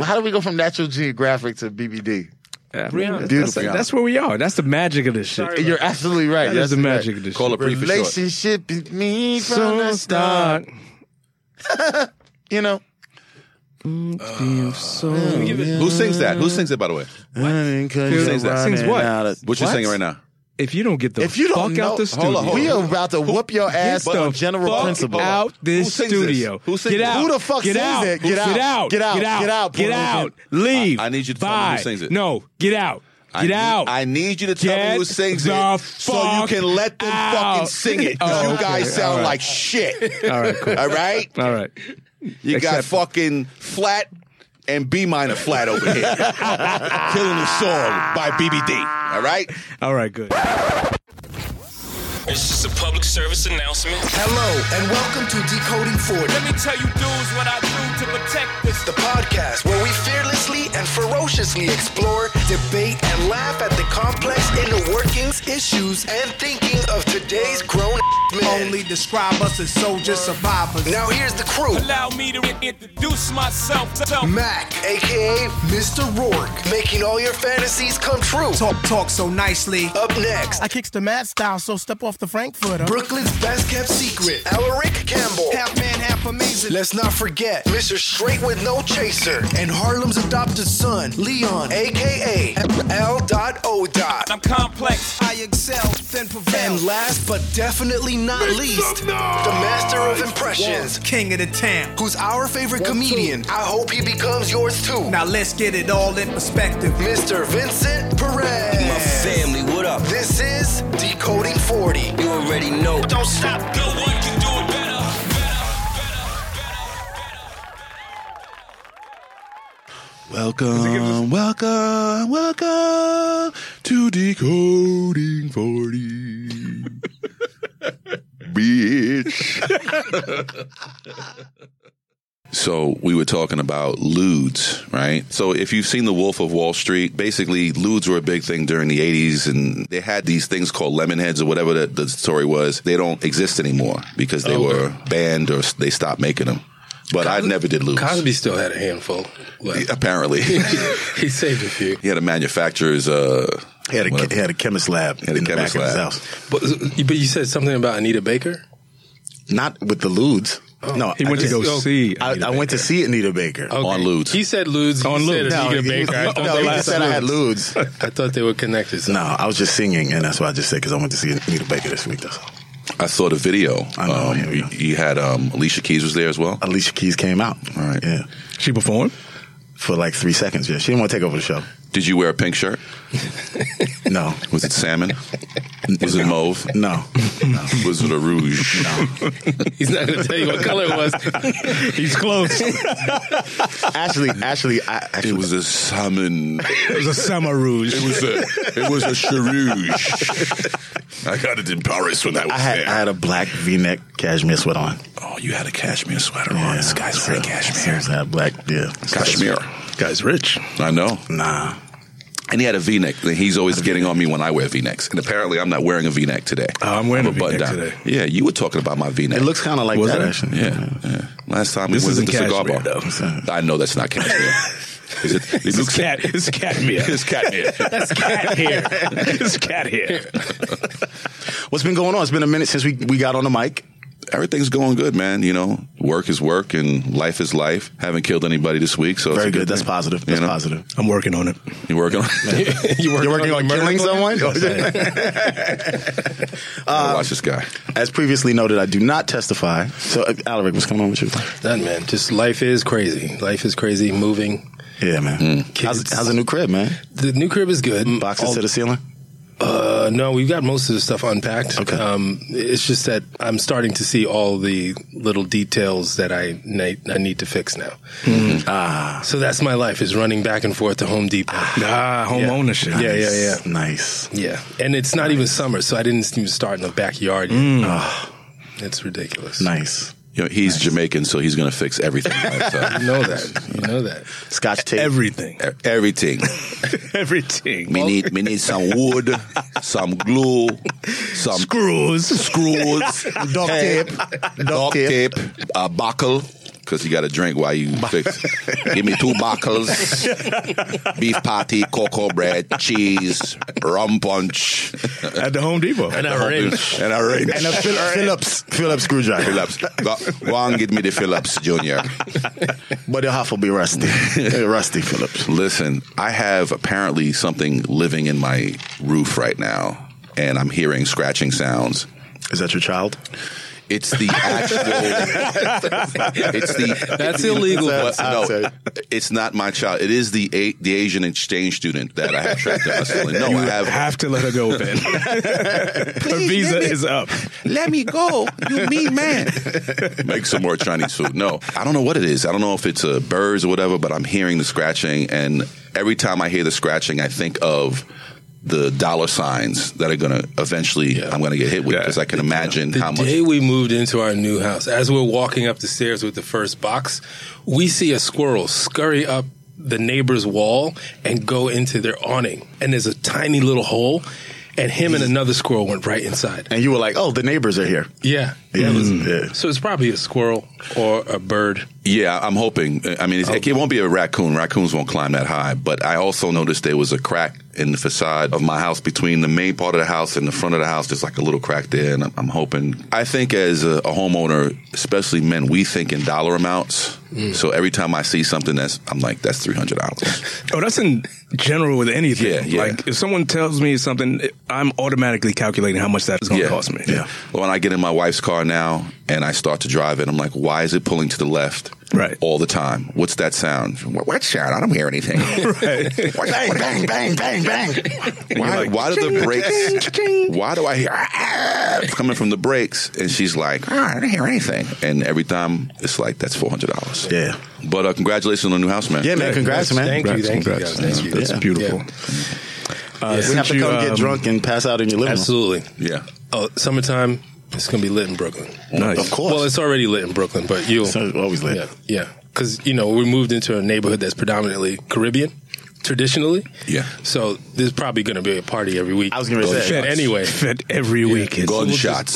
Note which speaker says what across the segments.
Speaker 1: How do we go from Natural Geographic to BBD?
Speaker 2: Yeah,
Speaker 3: Brianna.
Speaker 2: that's,
Speaker 1: Beautiful,
Speaker 2: that's-
Speaker 1: y'all.
Speaker 2: that's where we are. That's the magic of this shit.
Speaker 3: Sorry.
Speaker 2: That's
Speaker 1: You're absolutely right. That's
Speaker 2: the magic of this
Speaker 3: Call
Speaker 2: shit.
Speaker 3: it brief and short.
Speaker 1: Relationship is me from
Speaker 2: So
Speaker 1: the start.
Speaker 2: start.
Speaker 1: You know.
Speaker 2: So
Speaker 3: Who sings that? Who sings it, by the way?
Speaker 1: Who
Speaker 3: sings that?
Speaker 2: Sings what?
Speaker 3: What you singing right now?
Speaker 2: if you don't get the
Speaker 1: If you don't
Speaker 2: fuck
Speaker 1: know,
Speaker 2: out the
Speaker 1: hold
Speaker 2: studio,
Speaker 3: on, hold
Speaker 1: we
Speaker 3: on.
Speaker 1: are about to whoop your
Speaker 2: get
Speaker 1: ass
Speaker 2: the
Speaker 1: on general
Speaker 2: fuck
Speaker 1: principle.
Speaker 2: out
Speaker 3: Who
Speaker 2: this
Speaker 3: sings this?
Speaker 2: studio.
Speaker 3: Who sings
Speaker 2: get
Speaker 3: this?
Speaker 2: out.
Speaker 1: Who the fuck
Speaker 2: get
Speaker 1: sings
Speaker 2: out.
Speaker 1: that? Get out.
Speaker 2: Get out. Get out. Get out. Leave.
Speaker 3: I- I need you to tell me
Speaker 2: Bye.
Speaker 3: who sings it.
Speaker 2: No. Get out.
Speaker 3: I
Speaker 2: Get
Speaker 3: need-
Speaker 2: out.
Speaker 3: I need you to tell me
Speaker 2: Get
Speaker 3: who sings
Speaker 2: the
Speaker 3: it so you
Speaker 2: fuck
Speaker 3: can let them fucking
Speaker 2: out.
Speaker 3: sing it. 'cause
Speaker 2: Oh,
Speaker 3: you
Speaker 2: okay.
Speaker 3: guys sound
Speaker 2: All right.
Speaker 3: like shit.
Speaker 2: All right. Cool.
Speaker 3: All right?
Speaker 2: All right.
Speaker 3: You got
Speaker 2: Except-
Speaker 3: fucking flat and B minor flat over here. Killing the song by BBD. All right?
Speaker 2: All right. Good.
Speaker 4: It's just a public service announcement.
Speaker 5: Hello and welcome to Decoding 40,
Speaker 4: Let me tell you dudes what I do to protect this.
Speaker 5: the podcast where we fearlessly and ferociously explore, debate, and laugh at the complex inner workings, issues, and thinking of today's grown men.
Speaker 6: Only describe us as soldiers, survivors.
Speaker 5: Now here's the crew.
Speaker 4: Allow me to introduce myself.
Speaker 5: Mac, aka Mr. Rourke, making all your fantasies come true.
Speaker 6: Talk, talk so nicely.
Speaker 5: Up next,
Speaker 7: I kicks the mad style, so step off the Frankfurter.
Speaker 5: Brooklyn's best kept secret, Alaric Campbell.
Speaker 6: Half man, half amazing.
Speaker 5: Let's not forget Mr. Straight with No Chaser and Harlem's adopted son, Leon, aka L.O.
Speaker 4: I'm complex.
Speaker 6: I excel, then prevail.
Speaker 5: And last but definitely not least, the master of impressions,
Speaker 6: King of the town.
Speaker 5: who's our favorite comedian. I hope he becomes yours too.
Speaker 6: Now let's get it all in perspective.
Speaker 5: Mr. Vincent Perez.
Speaker 8: My family, what up?
Speaker 5: This is Decoding 40.
Speaker 8: You already know.
Speaker 4: Don't stop. No one can do it better.
Speaker 3: Welcome, welcome, welcome to Decoding 40. Bitch. so we were talking about lewds, right? So if you've seen The Wolf of Wall Street, basically lewds were a big thing during the 80s and they had these things called lemon heads or whatever the, the story was. They don't exist anymore because they were banned or s- they stopped making them. But I never did lewds.
Speaker 9: Cosby still had a handful. Like,
Speaker 3: Apparently.
Speaker 9: he saved a few.
Speaker 3: He had a manufacturer's. Uh,
Speaker 10: He had a,
Speaker 3: Whatever.
Speaker 10: he had a chemist lab
Speaker 3: had a
Speaker 10: in the
Speaker 3: chemist
Speaker 10: back of his
Speaker 3: lab.
Speaker 10: house.
Speaker 9: But but you said something about Anita Baker.
Speaker 10: Not with the lewds. no,
Speaker 2: He went to go
Speaker 9: Oh.
Speaker 2: see.
Speaker 10: I, I went to see Anita Baker.
Speaker 9: Okay.
Speaker 3: On lewds.
Speaker 9: He said lewds.
Speaker 2: On
Speaker 9: you
Speaker 2: lewds.
Speaker 9: Said
Speaker 10: no,
Speaker 9: Anita
Speaker 10: he,
Speaker 9: Baker. I
Speaker 10: no,
Speaker 9: thought,
Speaker 10: he
Speaker 9: they were,
Speaker 10: said I had lewds.
Speaker 9: I thought they were connected. So
Speaker 10: No, I was just singing, and that's what I just said because I went to see Anita Baker this week. That's all.
Speaker 3: I saw the video.
Speaker 10: I know,
Speaker 3: um,
Speaker 10: here we go.
Speaker 3: he, he had um, Alicia Keys was there as well.
Speaker 10: Alicia Keys came out.
Speaker 3: All right.
Speaker 10: Yeah.
Speaker 2: She performed.
Speaker 10: For like three seconds. Yeah. She didn't want to take over the show.
Speaker 3: Did you wear a pink shirt?
Speaker 10: No.
Speaker 3: Was it salmon? was it mauve?
Speaker 10: No.
Speaker 3: Was it a rouge?
Speaker 9: he's not going to tell you what color it was.
Speaker 2: He's close. it
Speaker 10: Actually, actually, I
Speaker 3: It
Speaker 10: actually
Speaker 3: was a salmon.
Speaker 2: was a summer rouge.
Speaker 3: It was a. It was a charouge. I got it in Paris when I was
Speaker 10: I had
Speaker 3: there.
Speaker 10: I had a black V-neck cashmere sweat on.
Speaker 3: oh, you had a cashmere sweater on. This guy's
Speaker 10: so-
Speaker 3: wearing cashmere.
Speaker 10: so I had black. Yeah.
Speaker 3: Cashmere.
Speaker 10: Guy's rich.
Speaker 3: I know.
Speaker 10: Nah.
Speaker 3: And he had a V-neck. He's always getting on me when I wear V-necks. And apparently, I'm not wearing a V-neck today.
Speaker 2: Oh, I'm wearing
Speaker 3: I'm
Speaker 2: a V-neck today.
Speaker 3: Yeah, you were talking about my V-neck.
Speaker 10: It looks kind of like
Speaker 2: Was
Speaker 10: that.
Speaker 2: it?
Speaker 10: Actually.
Speaker 3: Yeah, yeah. Last time
Speaker 2: This
Speaker 3: we went to
Speaker 2: isn't
Speaker 3: the cigar bar.
Speaker 2: cashmere,
Speaker 10: though.
Speaker 3: I know that's not cashmere. Is it? It
Speaker 2: It's
Speaker 3: looks
Speaker 2: cat. It's catmere.
Speaker 3: It's catmere.
Speaker 2: It's cat hair. It's cat hair.
Speaker 10: What's been going on? It's been a minute since we, we got on the mic.
Speaker 3: Everything's going good, man. You know, work is work and life is life. Haven't killed anybody this week, so it's
Speaker 10: Very
Speaker 3: a
Speaker 10: good. That's
Speaker 3: thing.
Speaker 10: positive.
Speaker 3: You
Speaker 10: That's
Speaker 3: know?
Speaker 10: positive.
Speaker 2: I'm working on it.
Speaker 3: You working on?
Speaker 9: you were
Speaker 10: You're working on killing someone?
Speaker 3: watch this guy.
Speaker 10: As previously noted, I do not testify. So, uh, Alaric, what's going on with you?
Speaker 9: None, man. Just life is crazy. Life is crazy. Moving.
Speaker 10: Yeah, man. How's,
Speaker 9: Kids.
Speaker 10: how's the new crib, man?
Speaker 9: The new crib is good.
Speaker 10: Boxes
Speaker 2: Oh,
Speaker 9: All-
Speaker 10: to the ceiling?
Speaker 9: Uh, no, we've got most of the stuff unpacked.
Speaker 10: Okay.
Speaker 9: Um, it's just that I'm starting to see all the little details that I ne- I need to fix now.
Speaker 10: Mm-hmm.
Speaker 9: Ah. So that's my life is running back and forth to Home Depot.
Speaker 2: Ah, home
Speaker 9: Yeah.
Speaker 2: ownership.
Speaker 9: Yeah, yeah, yeah.
Speaker 10: Nice. Nice.
Speaker 9: Yeah. And it's not even summer, so I didn't even start in the backyard yet. Ah. It's ridiculous.
Speaker 10: Mm. Nice.
Speaker 3: You know, he's Jamaican, so he's gonna fix everything. by himself.
Speaker 9: You know that. You know that.
Speaker 10: Scotch tape.
Speaker 2: Everything.
Speaker 3: E- everything.
Speaker 2: Everything.
Speaker 3: We need we need some wood, some glue, some
Speaker 2: Screws.
Speaker 3: screws,
Speaker 10: Duct tape.
Speaker 3: duct tape, a buckle, because you got to drink while you fix. Give me two buckles, beef patty, cocoa bread, cheese, rum punch,
Speaker 2: At the Home Depot.
Speaker 9: And a ring.
Speaker 3: and a ring.
Speaker 10: And a Phil- Phillips, Phillips screwdriver.
Speaker 3: Phillips. Go, go and get me the Phillips, Junior.
Speaker 10: But the half will be rusty. Uh, rusty Phillips.
Speaker 3: Listen, I have apparently something living in my roof right now, and I'm hearing scratching sounds.
Speaker 10: Is that your child?
Speaker 3: It's the actual. it's the.
Speaker 9: That's illegal.
Speaker 3: But, no,
Speaker 10: outside.
Speaker 3: it's not my child. It is the a, the Asian exchange student that I have trapped in my ceiling. No, I have.
Speaker 2: Have to let her go, Ben. her visa is up.
Speaker 3: Let me go. You mean man. Make some more Chinese food. No, I don't know what it is. I don't know if it's uh, birds or whatever, but I'm hearing the scratching. And every time I hear the scratching, I think of the dollar signs that are going to eventually, I'm going to get hit with because I can imagine
Speaker 9: The
Speaker 3: how much.
Speaker 9: day we moved into our new house, as we're walking up the stairs with the first box, we see a squirrel scurry up the neighbor's wall and go into their awning. And there's a tiny little hole, and him and another squirrel went right inside.
Speaker 10: And you were like, oh, the neighbors are here.
Speaker 9: Yeah.
Speaker 10: Yeah, it was- yeah.
Speaker 9: So it's probably a squirrel or a bird.
Speaker 3: Yeah, I'm hoping. I mean, it's, it won't be a raccoon. Raccoons won't climb that high. But I also noticed there was a crack in the facade of my house between the main part of the house and the front of the house. There's like a little crack there, and I'm, I'm hoping. I think as a, a homeowner, especially men, we think in dollar amounts. So every time I see something that's, I'm like, that's three hundred dollars.
Speaker 2: Oh, that's in general with anything.
Speaker 3: Yeah, yeah.
Speaker 2: Like if someone tells me something, I'm automatically calculating how much that is going to cost me.
Speaker 3: Well, When I get in my wife's car now and I start to drive it, I'm like, why is it pulling to the left?
Speaker 2: Right.
Speaker 3: All the time. What's that sound? What, what sound? I don't hear anything. What-
Speaker 10: Bang, bang, bang, bang, bang.
Speaker 3: Why, why do the brakes? Why do I hear "Ah, ah," coming from the brakes? And she's like, "Ah, I didn't hear anything. And every time it's like, that's four hundred dollars.
Speaker 10: Yeah.
Speaker 3: But uh, congratulations on the new house, man.
Speaker 10: Yeah, man. Congrats, man.
Speaker 9: Thank you. Thank
Speaker 2: Congrats.
Speaker 9: you. guys. Thank you.
Speaker 2: That's
Speaker 9: Yeah.
Speaker 2: beautiful.
Speaker 9: Yeah.
Speaker 2: Uh,
Speaker 10: We have
Speaker 2: since
Speaker 10: to come
Speaker 2: you,
Speaker 10: get
Speaker 2: um,
Speaker 10: drunk and pass out in your living room.
Speaker 9: Absolutely.
Speaker 3: Yeah.
Speaker 9: Oh, summertime, it's going to be lit in Brooklyn.
Speaker 2: Nice.
Speaker 10: Of course.
Speaker 9: Well, it's already lit in Brooklyn, but you.
Speaker 10: So it's always lit.
Speaker 9: Yeah. Yeah. Because, you know, we moved into a neighborhood that's predominantly Caribbean traditionally.
Speaker 3: Yeah.
Speaker 9: So there's probably going to be a party every week.
Speaker 10: I was going to say.
Speaker 2: Fed-
Speaker 9: anyway.
Speaker 2: Fed every week. is-
Speaker 3: Gunshots.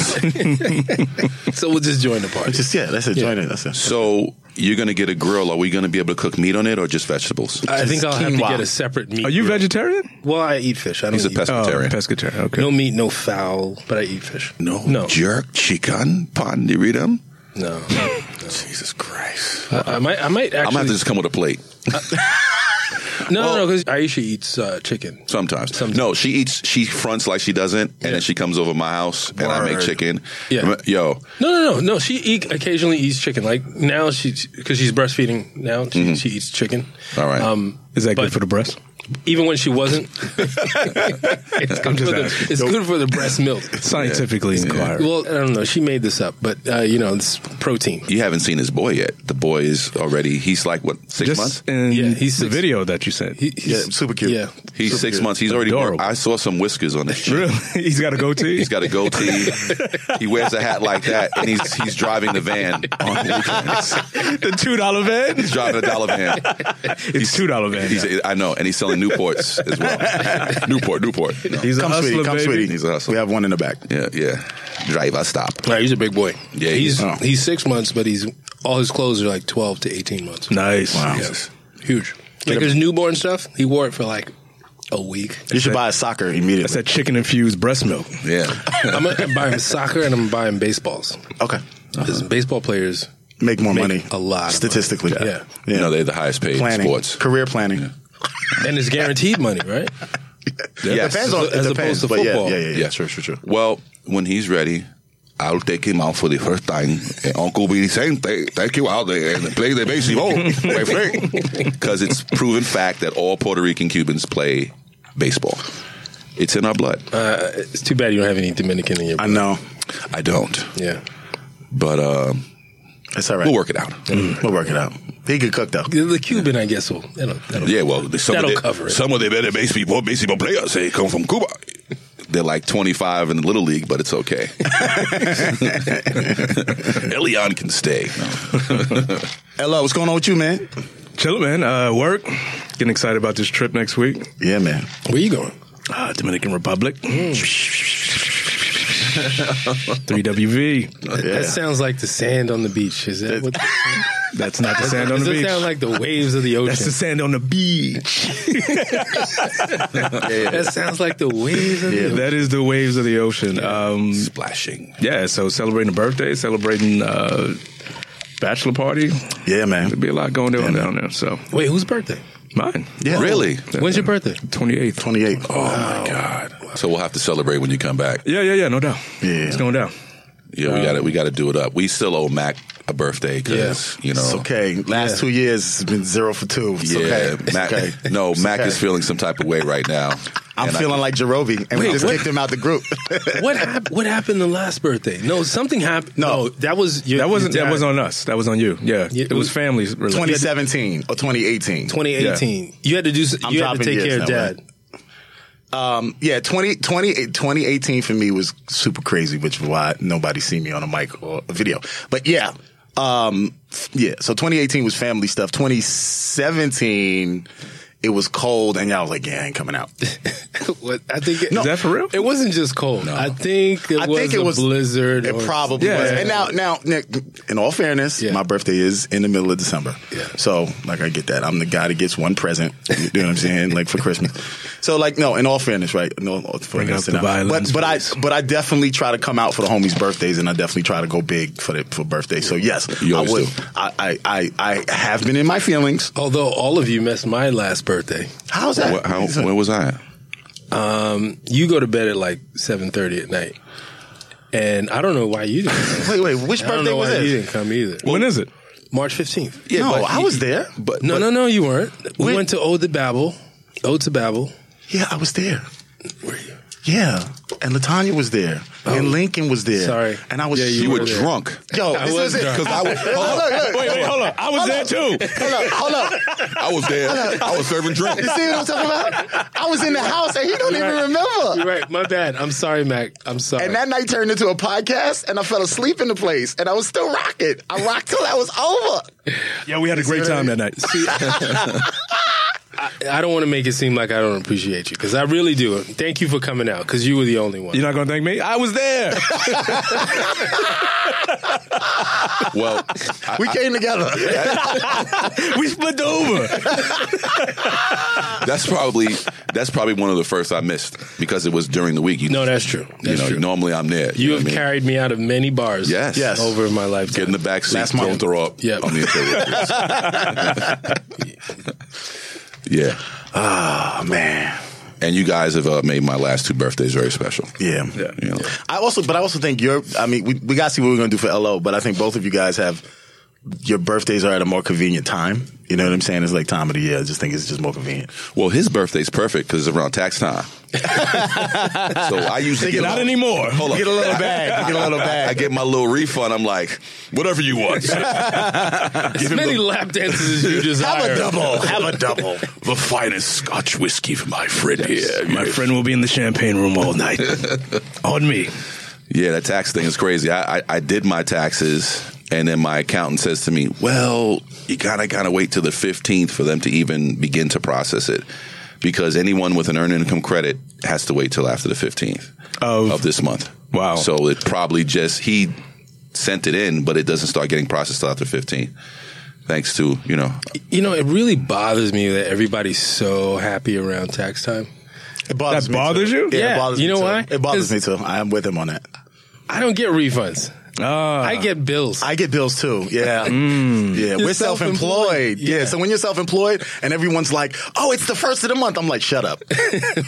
Speaker 9: So we'll just join the party.
Speaker 10: Just, yeah, that's it. Join it. That's it.
Speaker 3: so you're gonna get a grill. Are we gonna be able to cook meat on it or just vegetables?
Speaker 9: I think I'll have to
Speaker 10: quinoa.
Speaker 9: get a separate meat.
Speaker 2: Are you
Speaker 9: grill.
Speaker 2: vegetarian? Oh,
Speaker 9: Well, I eat fish. I don't
Speaker 3: He's a
Speaker 9: eat
Speaker 3: pescatarian.
Speaker 2: pescatarian. Okay.
Speaker 9: No meat, no fowl, but I eat fish.
Speaker 3: No,
Speaker 9: No.
Speaker 3: jerk chicken pan. You read them?
Speaker 9: No.
Speaker 3: Jesus Christ!
Speaker 9: I, I might, I might
Speaker 3: I'm gonna
Speaker 9: actually.
Speaker 3: have to just come with a plate.
Speaker 9: no, no, no, because Aisha eats uh, chicken.
Speaker 3: Sometimes.
Speaker 9: Sometimes.
Speaker 3: No, she eats, she fronts like she doesn't, and
Speaker 9: Yeah.
Speaker 3: then she comes over my house and I make
Speaker 9: Word.
Speaker 3: chicken.
Speaker 9: Yeah.
Speaker 3: Yo,
Speaker 9: No, no, no, no. She eat, occasionally eats chicken. Like now, she because she's breastfeeding now, she, she eats chicken.
Speaker 3: Mm-hmm. All right.
Speaker 2: Is that
Speaker 9: but-
Speaker 2: good for the breast?
Speaker 9: Even when she wasn't, it's, good for,
Speaker 2: just
Speaker 9: the,
Speaker 2: asking.
Speaker 9: it's good for the breast milk.
Speaker 2: Scientifically inquired.
Speaker 9: Well, I don't know. She made this up, but uh, you know, it's protein.
Speaker 3: you haven't seen his boy yet. The boy is already, he's like, what, six months?
Speaker 2: Just in
Speaker 9: Yeah, he's
Speaker 2: the
Speaker 9: six-
Speaker 2: video that you sent.
Speaker 9: He- he's-
Speaker 10: Yeah, super cute.
Speaker 9: Yeah,
Speaker 3: He's six months. He's already,
Speaker 2: Adorable.
Speaker 3: I saw some whiskers on his chin.
Speaker 2: really? He's got a goatee?
Speaker 3: He's got a goatee. he wears a hat like that, and he's he's driving the van on weekends.
Speaker 2: the $2 van?
Speaker 3: He's driving a dollar van.
Speaker 2: It's $2 van.
Speaker 3: He's
Speaker 2: now.
Speaker 3: I know, and he's selling Newports as well. Newport, Newport. No.
Speaker 2: He's a
Speaker 10: Come,
Speaker 2: hustler,
Speaker 10: sweetie. Come,
Speaker 2: baby.
Speaker 10: sweetie.
Speaker 3: He's a hustler.
Speaker 10: We have one in the back.
Speaker 3: yeah, yeah. Driver stop.
Speaker 9: Nah, he's a big boy.
Speaker 3: Yeah, he
Speaker 9: he's
Speaker 3: is.
Speaker 10: Oh.
Speaker 9: he's six months, but he's all his clothes are like twelve to eighteen months.
Speaker 2: Nice.
Speaker 3: Jesus.
Speaker 9: Huge. Like his newborn stuff, he wore it for like a week.
Speaker 10: You should buy a soccer
Speaker 2: That's
Speaker 10: immediately.
Speaker 2: that chicken infused breast milk.
Speaker 3: Yeah.
Speaker 9: I'm gonna buy him soccer and I'm gonna buy him baseballs.
Speaker 10: Okay.
Speaker 9: Because baseball players,
Speaker 10: Make more
Speaker 9: Make
Speaker 10: money.
Speaker 9: a lot of Uh-huh. money.
Speaker 10: Statistically.
Speaker 9: Yeah.
Speaker 10: Yeah.
Speaker 3: No, they're the highest paid
Speaker 10: planning.
Speaker 3: sports.
Speaker 10: Career planning.
Speaker 9: and it's guaranteed money, right?
Speaker 3: Yes.
Speaker 10: Depends on,
Speaker 9: As- as
Speaker 10: it depends,
Speaker 9: opposed to
Speaker 10: but yeah,
Speaker 9: football.
Speaker 10: Yeah, yeah, yeah,
Speaker 3: Yeah.
Speaker 10: Sure, sure, sure.
Speaker 3: Well, when he's ready, I'll take him out for the first time. And Uncle Vicente, take you out there and play the baseball, my friend. Because it's proven fact that all Puerto Rican Cubans play baseball. It's in our blood.
Speaker 9: Uh, it's too bad you don't have any Dominican in your.
Speaker 10: I know.
Speaker 3: I don't,
Speaker 9: Yeah,
Speaker 3: but um,
Speaker 10: It's all right.
Speaker 3: we'll work it out.
Speaker 10: We'll work it out. He could cook though.
Speaker 9: the, the Cuban, I guess, will. You know, that'll-
Speaker 3: Yeah, well, the- some
Speaker 9: That'll
Speaker 3: of the,
Speaker 9: cover it.
Speaker 3: Some of the better baseball baseball players they come from Cuba. They're like 25 in the little league, but it's okay. Elion can stay.
Speaker 10: Hello, what's going on with you, man?
Speaker 2: Chilling, man. Uh, work. Getting excited about this trip next week.
Speaker 10: Yeah, man.
Speaker 9: Where you going?
Speaker 2: Ah, Dominican Republic. 3WV.
Speaker 10: Yeah.
Speaker 9: That sounds like the sand on the beach. Is that what?
Speaker 2: That's not the sand on
Speaker 9: Does
Speaker 2: the
Speaker 9: it
Speaker 2: beach.
Speaker 9: sound like the waves of the ocean?
Speaker 2: That's the sand on the beach.
Speaker 9: that sounds like the waves of the ocean.
Speaker 2: that is the waves of the ocean. Um,
Speaker 9: Splashing.
Speaker 2: yeah, so celebrating a birthday, celebrating uh, bachelor party.
Speaker 10: Yeah,
Speaker 2: There'd
Speaker 10: man.
Speaker 2: be a lot going on down there. So
Speaker 9: Wait, whose birthday?
Speaker 2: mine.
Speaker 10: Yeah.
Speaker 3: Really?
Speaker 9: When's your birthday?
Speaker 2: Twenty eighth.
Speaker 10: 28.
Speaker 9: Oh my God.
Speaker 3: So we'll have to celebrate when you come back.
Speaker 2: Yeah, yeah, yeah. No doubt.
Speaker 10: Yeah.
Speaker 2: it's going down.
Speaker 3: Yeah, we got to we got to do it up. We still owe Mac a birthday because you know.
Speaker 10: It's okay. Last two years has been zero for two. It's
Speaker 3: Yeah,
Speaker 10: okay. It's
Speaker 3: Mac.
Speaker 10: okay.
Speaker 3: No,
Speaker 10: It's
Speaker 3: Mac
Speaker 10: okay.
Speaker 3: is feeling some type of way right now.
Speaker 10: I'm
Speaker 3: And I-
Speaker 10: feeling like Jerobi, and
Speaker 9: Wait,
Speaker 10: we just
Speaker 9: what?
Speaker 10: kicked him out the group.
Speaker 9: What happened? What happened the last birthday? No, something happened.
Speaker 10: No.
Speaker 9: that was your,
Speaker 2: That wasn't
Speaker 9: your
Speaker 2: that
Speaker 9: dad.
Speaker 2: was on us. That was on you. Yeah,
Speaker 9: Yeah,
Speaker 2: it was
Speaker 9: we-
Speaker 2: family related.
Speaker 10: 2017 or 2018.
Speaker 9: 2018. You had to do. s-
Speaker 10: I'm
Speaker 9: You had to
Speaker 10: dropping
Speaker 9: take
Speaker 10: years
Speaker 9: care of
Speaker 10: now,
Speaker 9: dad.
Speaker 10: right? Yeah, 20, 20, 2018 for me was super crazy, which is why nobody see me on a mic or a video. But yeah, um, f- yeah. So 2018 was family stuff. 2017, it was cold, and y'all was like, "Yeah, I ain't coming out."
Speaker 9: What- I think. It,
Speaker 2: Is that for real?
Speaker 9: It wasn't just cold. I think it
Speaker 10: I
Speaker 9: was
Speaker 10: think it
Speaker 9: a
Speaker 10: was
Speaker 9: blizzard.
Speaker 10: It
Speaker 9: or-
Speaker 10: probably
Speaker 2: Yeah,
Speaker 10: was.
Speaker 2: yeah,
Speaker 10: and
Speaker 2: yeah.
Speaker 10: now, now, Nick, in all fairness,
Speaker 9: Yeah.
Speaker 10: my birthday is in the middle of December.
Speaker 9: Yeah.
Speaker 10: So, like, I get that. I'm the guy that gets one present. You know what I'm saying? like for Christmas. So, like, no. In all fairness, right? No, in all fairness,
Speaker 2: up the
Speaker 10: and I-
Speaker 2: violins,
Speaker 10: But, but
Speaker 2: please.
Speaker 10: I, but I definitely try to come out for the homies' birthdays, and I definitely try to go big for the for birthdays. So, yes,
Speaker 3: You
Speaker 10: I
Speaker 3: always
Speaker 10: would.
Speaker 3: do.
Speaker 10: I, I, I, I have been in my feelings.
Speaker 9: Although all of you missed my last birthday.
Speaker 10: How's that?
Speaker 3: Wh- how, where was I? at?
Speaker 9: You go to bed at like seven thirty at night, and I don't know why you didn't. Come.
Speaker 10: wait, wait. Which
Speaker 9: I don't
Speaker 10: birthday
Speaker 9: know
Speaker 10: was
Speaker 9: why you
Speaker 10: this?
Speaker 9: didn't come either.
Speaker 2: When is it?
Speaker 9: March fifteenth.
Speaker 3: Yeah,
Speaker 10: no,
Speaker 3: but
Speaker 10: I
Speaker 3: you-
Speaker 10: was there.
Speaker 3: But
Speaker 9: No,
Speaker 3: but-
Speaker 9: no, no, you weren't. We
Speaker 10: Wait.
Speaker 9: went to Ode to Babel. Ode to Babel.
Speaker 10: Yeah, I was there.
Speaker 9: Where you?
Speaker 10: Yeah. Oh. And Latanya was there. And Lincoln was there.
Speaker 9: Sorry.
Speaker 10: And I was
Speaker 9: Yeah, you
Speaker 3: You
Speaker 10: shooting-
Speaker 3: were
Speaker 9: were there.
Speaker 3: drunk.
Speaker 10: Yo,
Speaker 9: I
Speaker 10: this
Speaker 9: was
Speaker 10: is it.
Speaker 9: drunk.
Speaker 3: Because I was, hold up,
Speaker 2: Wait, wait, hold on. I was there too.
Speaker 10: Hold up, hold up.
Speaker 3: I was there. I was serving drinks.
Speaker 10: You see what I'm talking about? I was in the house and he don't even remember.
Speaker 9: You're right. My bad. I'm sorry, Mac. I'm sorry.
Speaker 10: And that night turned into a podcast and I fell asleep in the place and I was still rocking. I rocked till that was over.
Speaker 2: Yeah, we had a great time that night.
Speaker 9: I don't want to make it seem like I don't appreciate you because I really do. Thank you for coming out because you were the only one.
Speaker 2: You're not gonna thank me. I was there.
Speaker 3: Well, I,
Speaker 10: We came together.
Speaker 2: we split over.
Speaker 3: that's probably that's probably one of the first I missed because it was during the week. You,
Speaker 9: no, that's true. That's
Speaker 3: you know,
Speaker 9: true.
Speaker 3: normally I'm there.
Speaker 9: you
Speaker 3: know
Speaker 9: have
Speaker 3: what I mean?
Speaker 9: carried me out of many bars.
Speaker 3: Yes. Yes.
Speaker 9: Over my
Speaker 3: Get in
Speaker 9: lifetime.
Speaker 3: the back seat.
Speaker 10: Last
Speaker 3: don't
Speaker 10: month.
Speaker 3: throw up.
Speaker 9: Yeah.
Speaker 3: on the interior. yeah.
Speaker 10: Oh man.
Speaker 3: And you guys have uh, made my last two birthdays very special.
Speaker 10: Yeah.
Speaker 3: You know?
Speaker 10: I also, but I also think your. I mean, we, we got to see what we're going to do for LO, but I think both of you guys have your birthdays are at a more convenient time. You know what I'm saying? It's like time of the year. I just think it's just more convenient.
Speaker 3: Well, his birthday's perfect because it's around tax time. so I usually get
Speaker 2: Not
Speaker 3: my-
Speaker 2: anymore.
Speaker 3: Hold on.
Speaker 10: Get a little bag. Get a little
Speaker 3: I, I
Speaker 10: bag.
Speaker 3: get my little refund. I'm like, whatever you want.
Speaker 9: As many lap dances as you desire.
Speaker 10: Have a double. Have a double.
Speaker 3: the finest Scotch whiskey for my friend here.
Speaker 2: My friend will be in the champagne room all night. On me.
Speaker 3: Yeah, that tax thing is crazy. I, I, I did my taxes, and then my accountant says to me, "Well, you gotta gotta wait till the fifteenth for them to even begin to process it, because anyone with an earned income credit has to wait till after the fifteenth
Speaker 2: Of-
Speaker 3: this month."
Speaker 2: Wow.
Speaker 3: So it probably just he sent it in, but it doesn't start getting processed till after fifteenth. Thanks to you know,
Speaker 9: You know, it really bothers me that everybody's so happy around tax time.
Speaker 10: It bothers
Speaker 2: That
Speaker 10: me, too.
Speaker 2: bothers you?
Speaker 10: Yeah,
Speaker 9: Yeah,
Speaker 10: it bothers
Speaker 9: you know
Speaker 10: me too.
Speaker 9: why?
Speaker 10: It bothers me too. I am with him on that.
Speaker 9: I don't get refunds.
Speaker 2: Ah.
Speaker 9: I get bills.
Speaker 10: I get bills too. Yeah, yeah. We're
Speaker 9: Mm. self-employed.
Speaker 10: self-employed. Yeah.
Speaker 9: Yeah.
Speaker 10: So when you're self-employed and everyone's like, "Oh, it's the first of the month," I'm like, "Shut up!"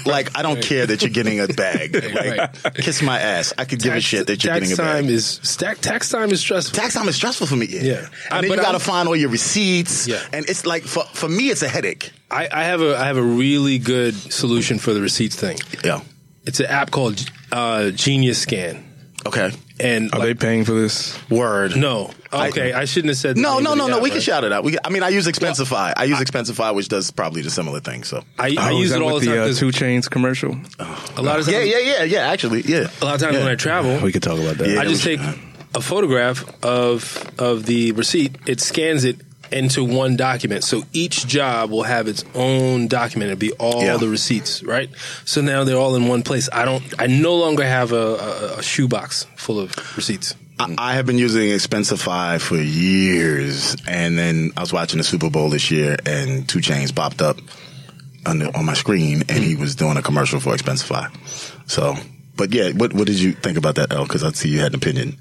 Speaker 10: like I don't care that you're getting a bag. Like,
Speaker 9: Right.
Speaker 10: Kiss my ass. I could give a shit that you're
Speaker 9: tax
Speaker 10: getting a bag.
Speaker 9: time is stack. Tax time is stressful.
Speaker 10: tax time is stressful for me. Yeah.
Speaker 9: Yeah.
Speaker 10: And
Speaker 9: I-
Speaker 10: then
Speaker 9: but
Speaker 10: you got to
Speaker 9: I'm-
Speaker 10: find all your receipts.
Speaker 9: Yeah.
Speaker 10: And it's like for for me, it's a headache.
Speaker 9: I, I have a I have a really good solution for the receipts thing.
Speaker 10: Yeah.
Speaker 9: It's an app called uh, Genius Scan,
Speaker 10: Okay.
Speaker 9: and
Speaker 2: Are
Speaker 9: like,
Speaker 2: they paying for this?
Speaker 10: Word.
Speaker 9: no, okay, I, shouldn't have said. the
Speaker 10: No,
Speaker 9: name
Speaker 10: no,
Speaker 9: of the
Speaker 10: no, no.
Speaker 9: app,
Speaker 10: We can
Speaker 9: right?
Speaker 10: shout it out. We, can- I mean, I use Expensify. I use Expensify, which does probably the similar thing. So
Speaker 9: I, I
Speaker 2: Oh, is
Speaker 9: use
Speaker 2: that
Speaker 9: it all
Speaker 2: with
Speaker 9: the time.
Speaker 2: the uh,
Speaker 9: 'cause
Speaker 2: Two Chains commercial.
Speaker 9: a lot of times,
Speaker 10: yeah, yeah, yeah, yeah. Actually, yeah.
Speaker 9: a lot of times
Speaker 10: Yeah.
Speaker 9: when I travel,
Speaker 2: We could talk about that.
Speaker 10: Yeah.
Speaker 9: I just
Speaker 10: we
Speaker 9: take a photograph of of the receipt. It scans it into one document. So each job will have its own document. It'll be all
Speaker 10: Yeah.
Speaker 9: the receipts, right? So now they're all in one place. I don't. I no longer have a, a, a shoebox full of receipts.
Speaker 10: I, I have been using Expensify for years, and then I was watching the Super Bowl this year, and Two Chains popped up on, the, on my screen, and he was doing a commercial for Expensify. So, but yeah, what what did you think about that, L? Because I see you had an opinion.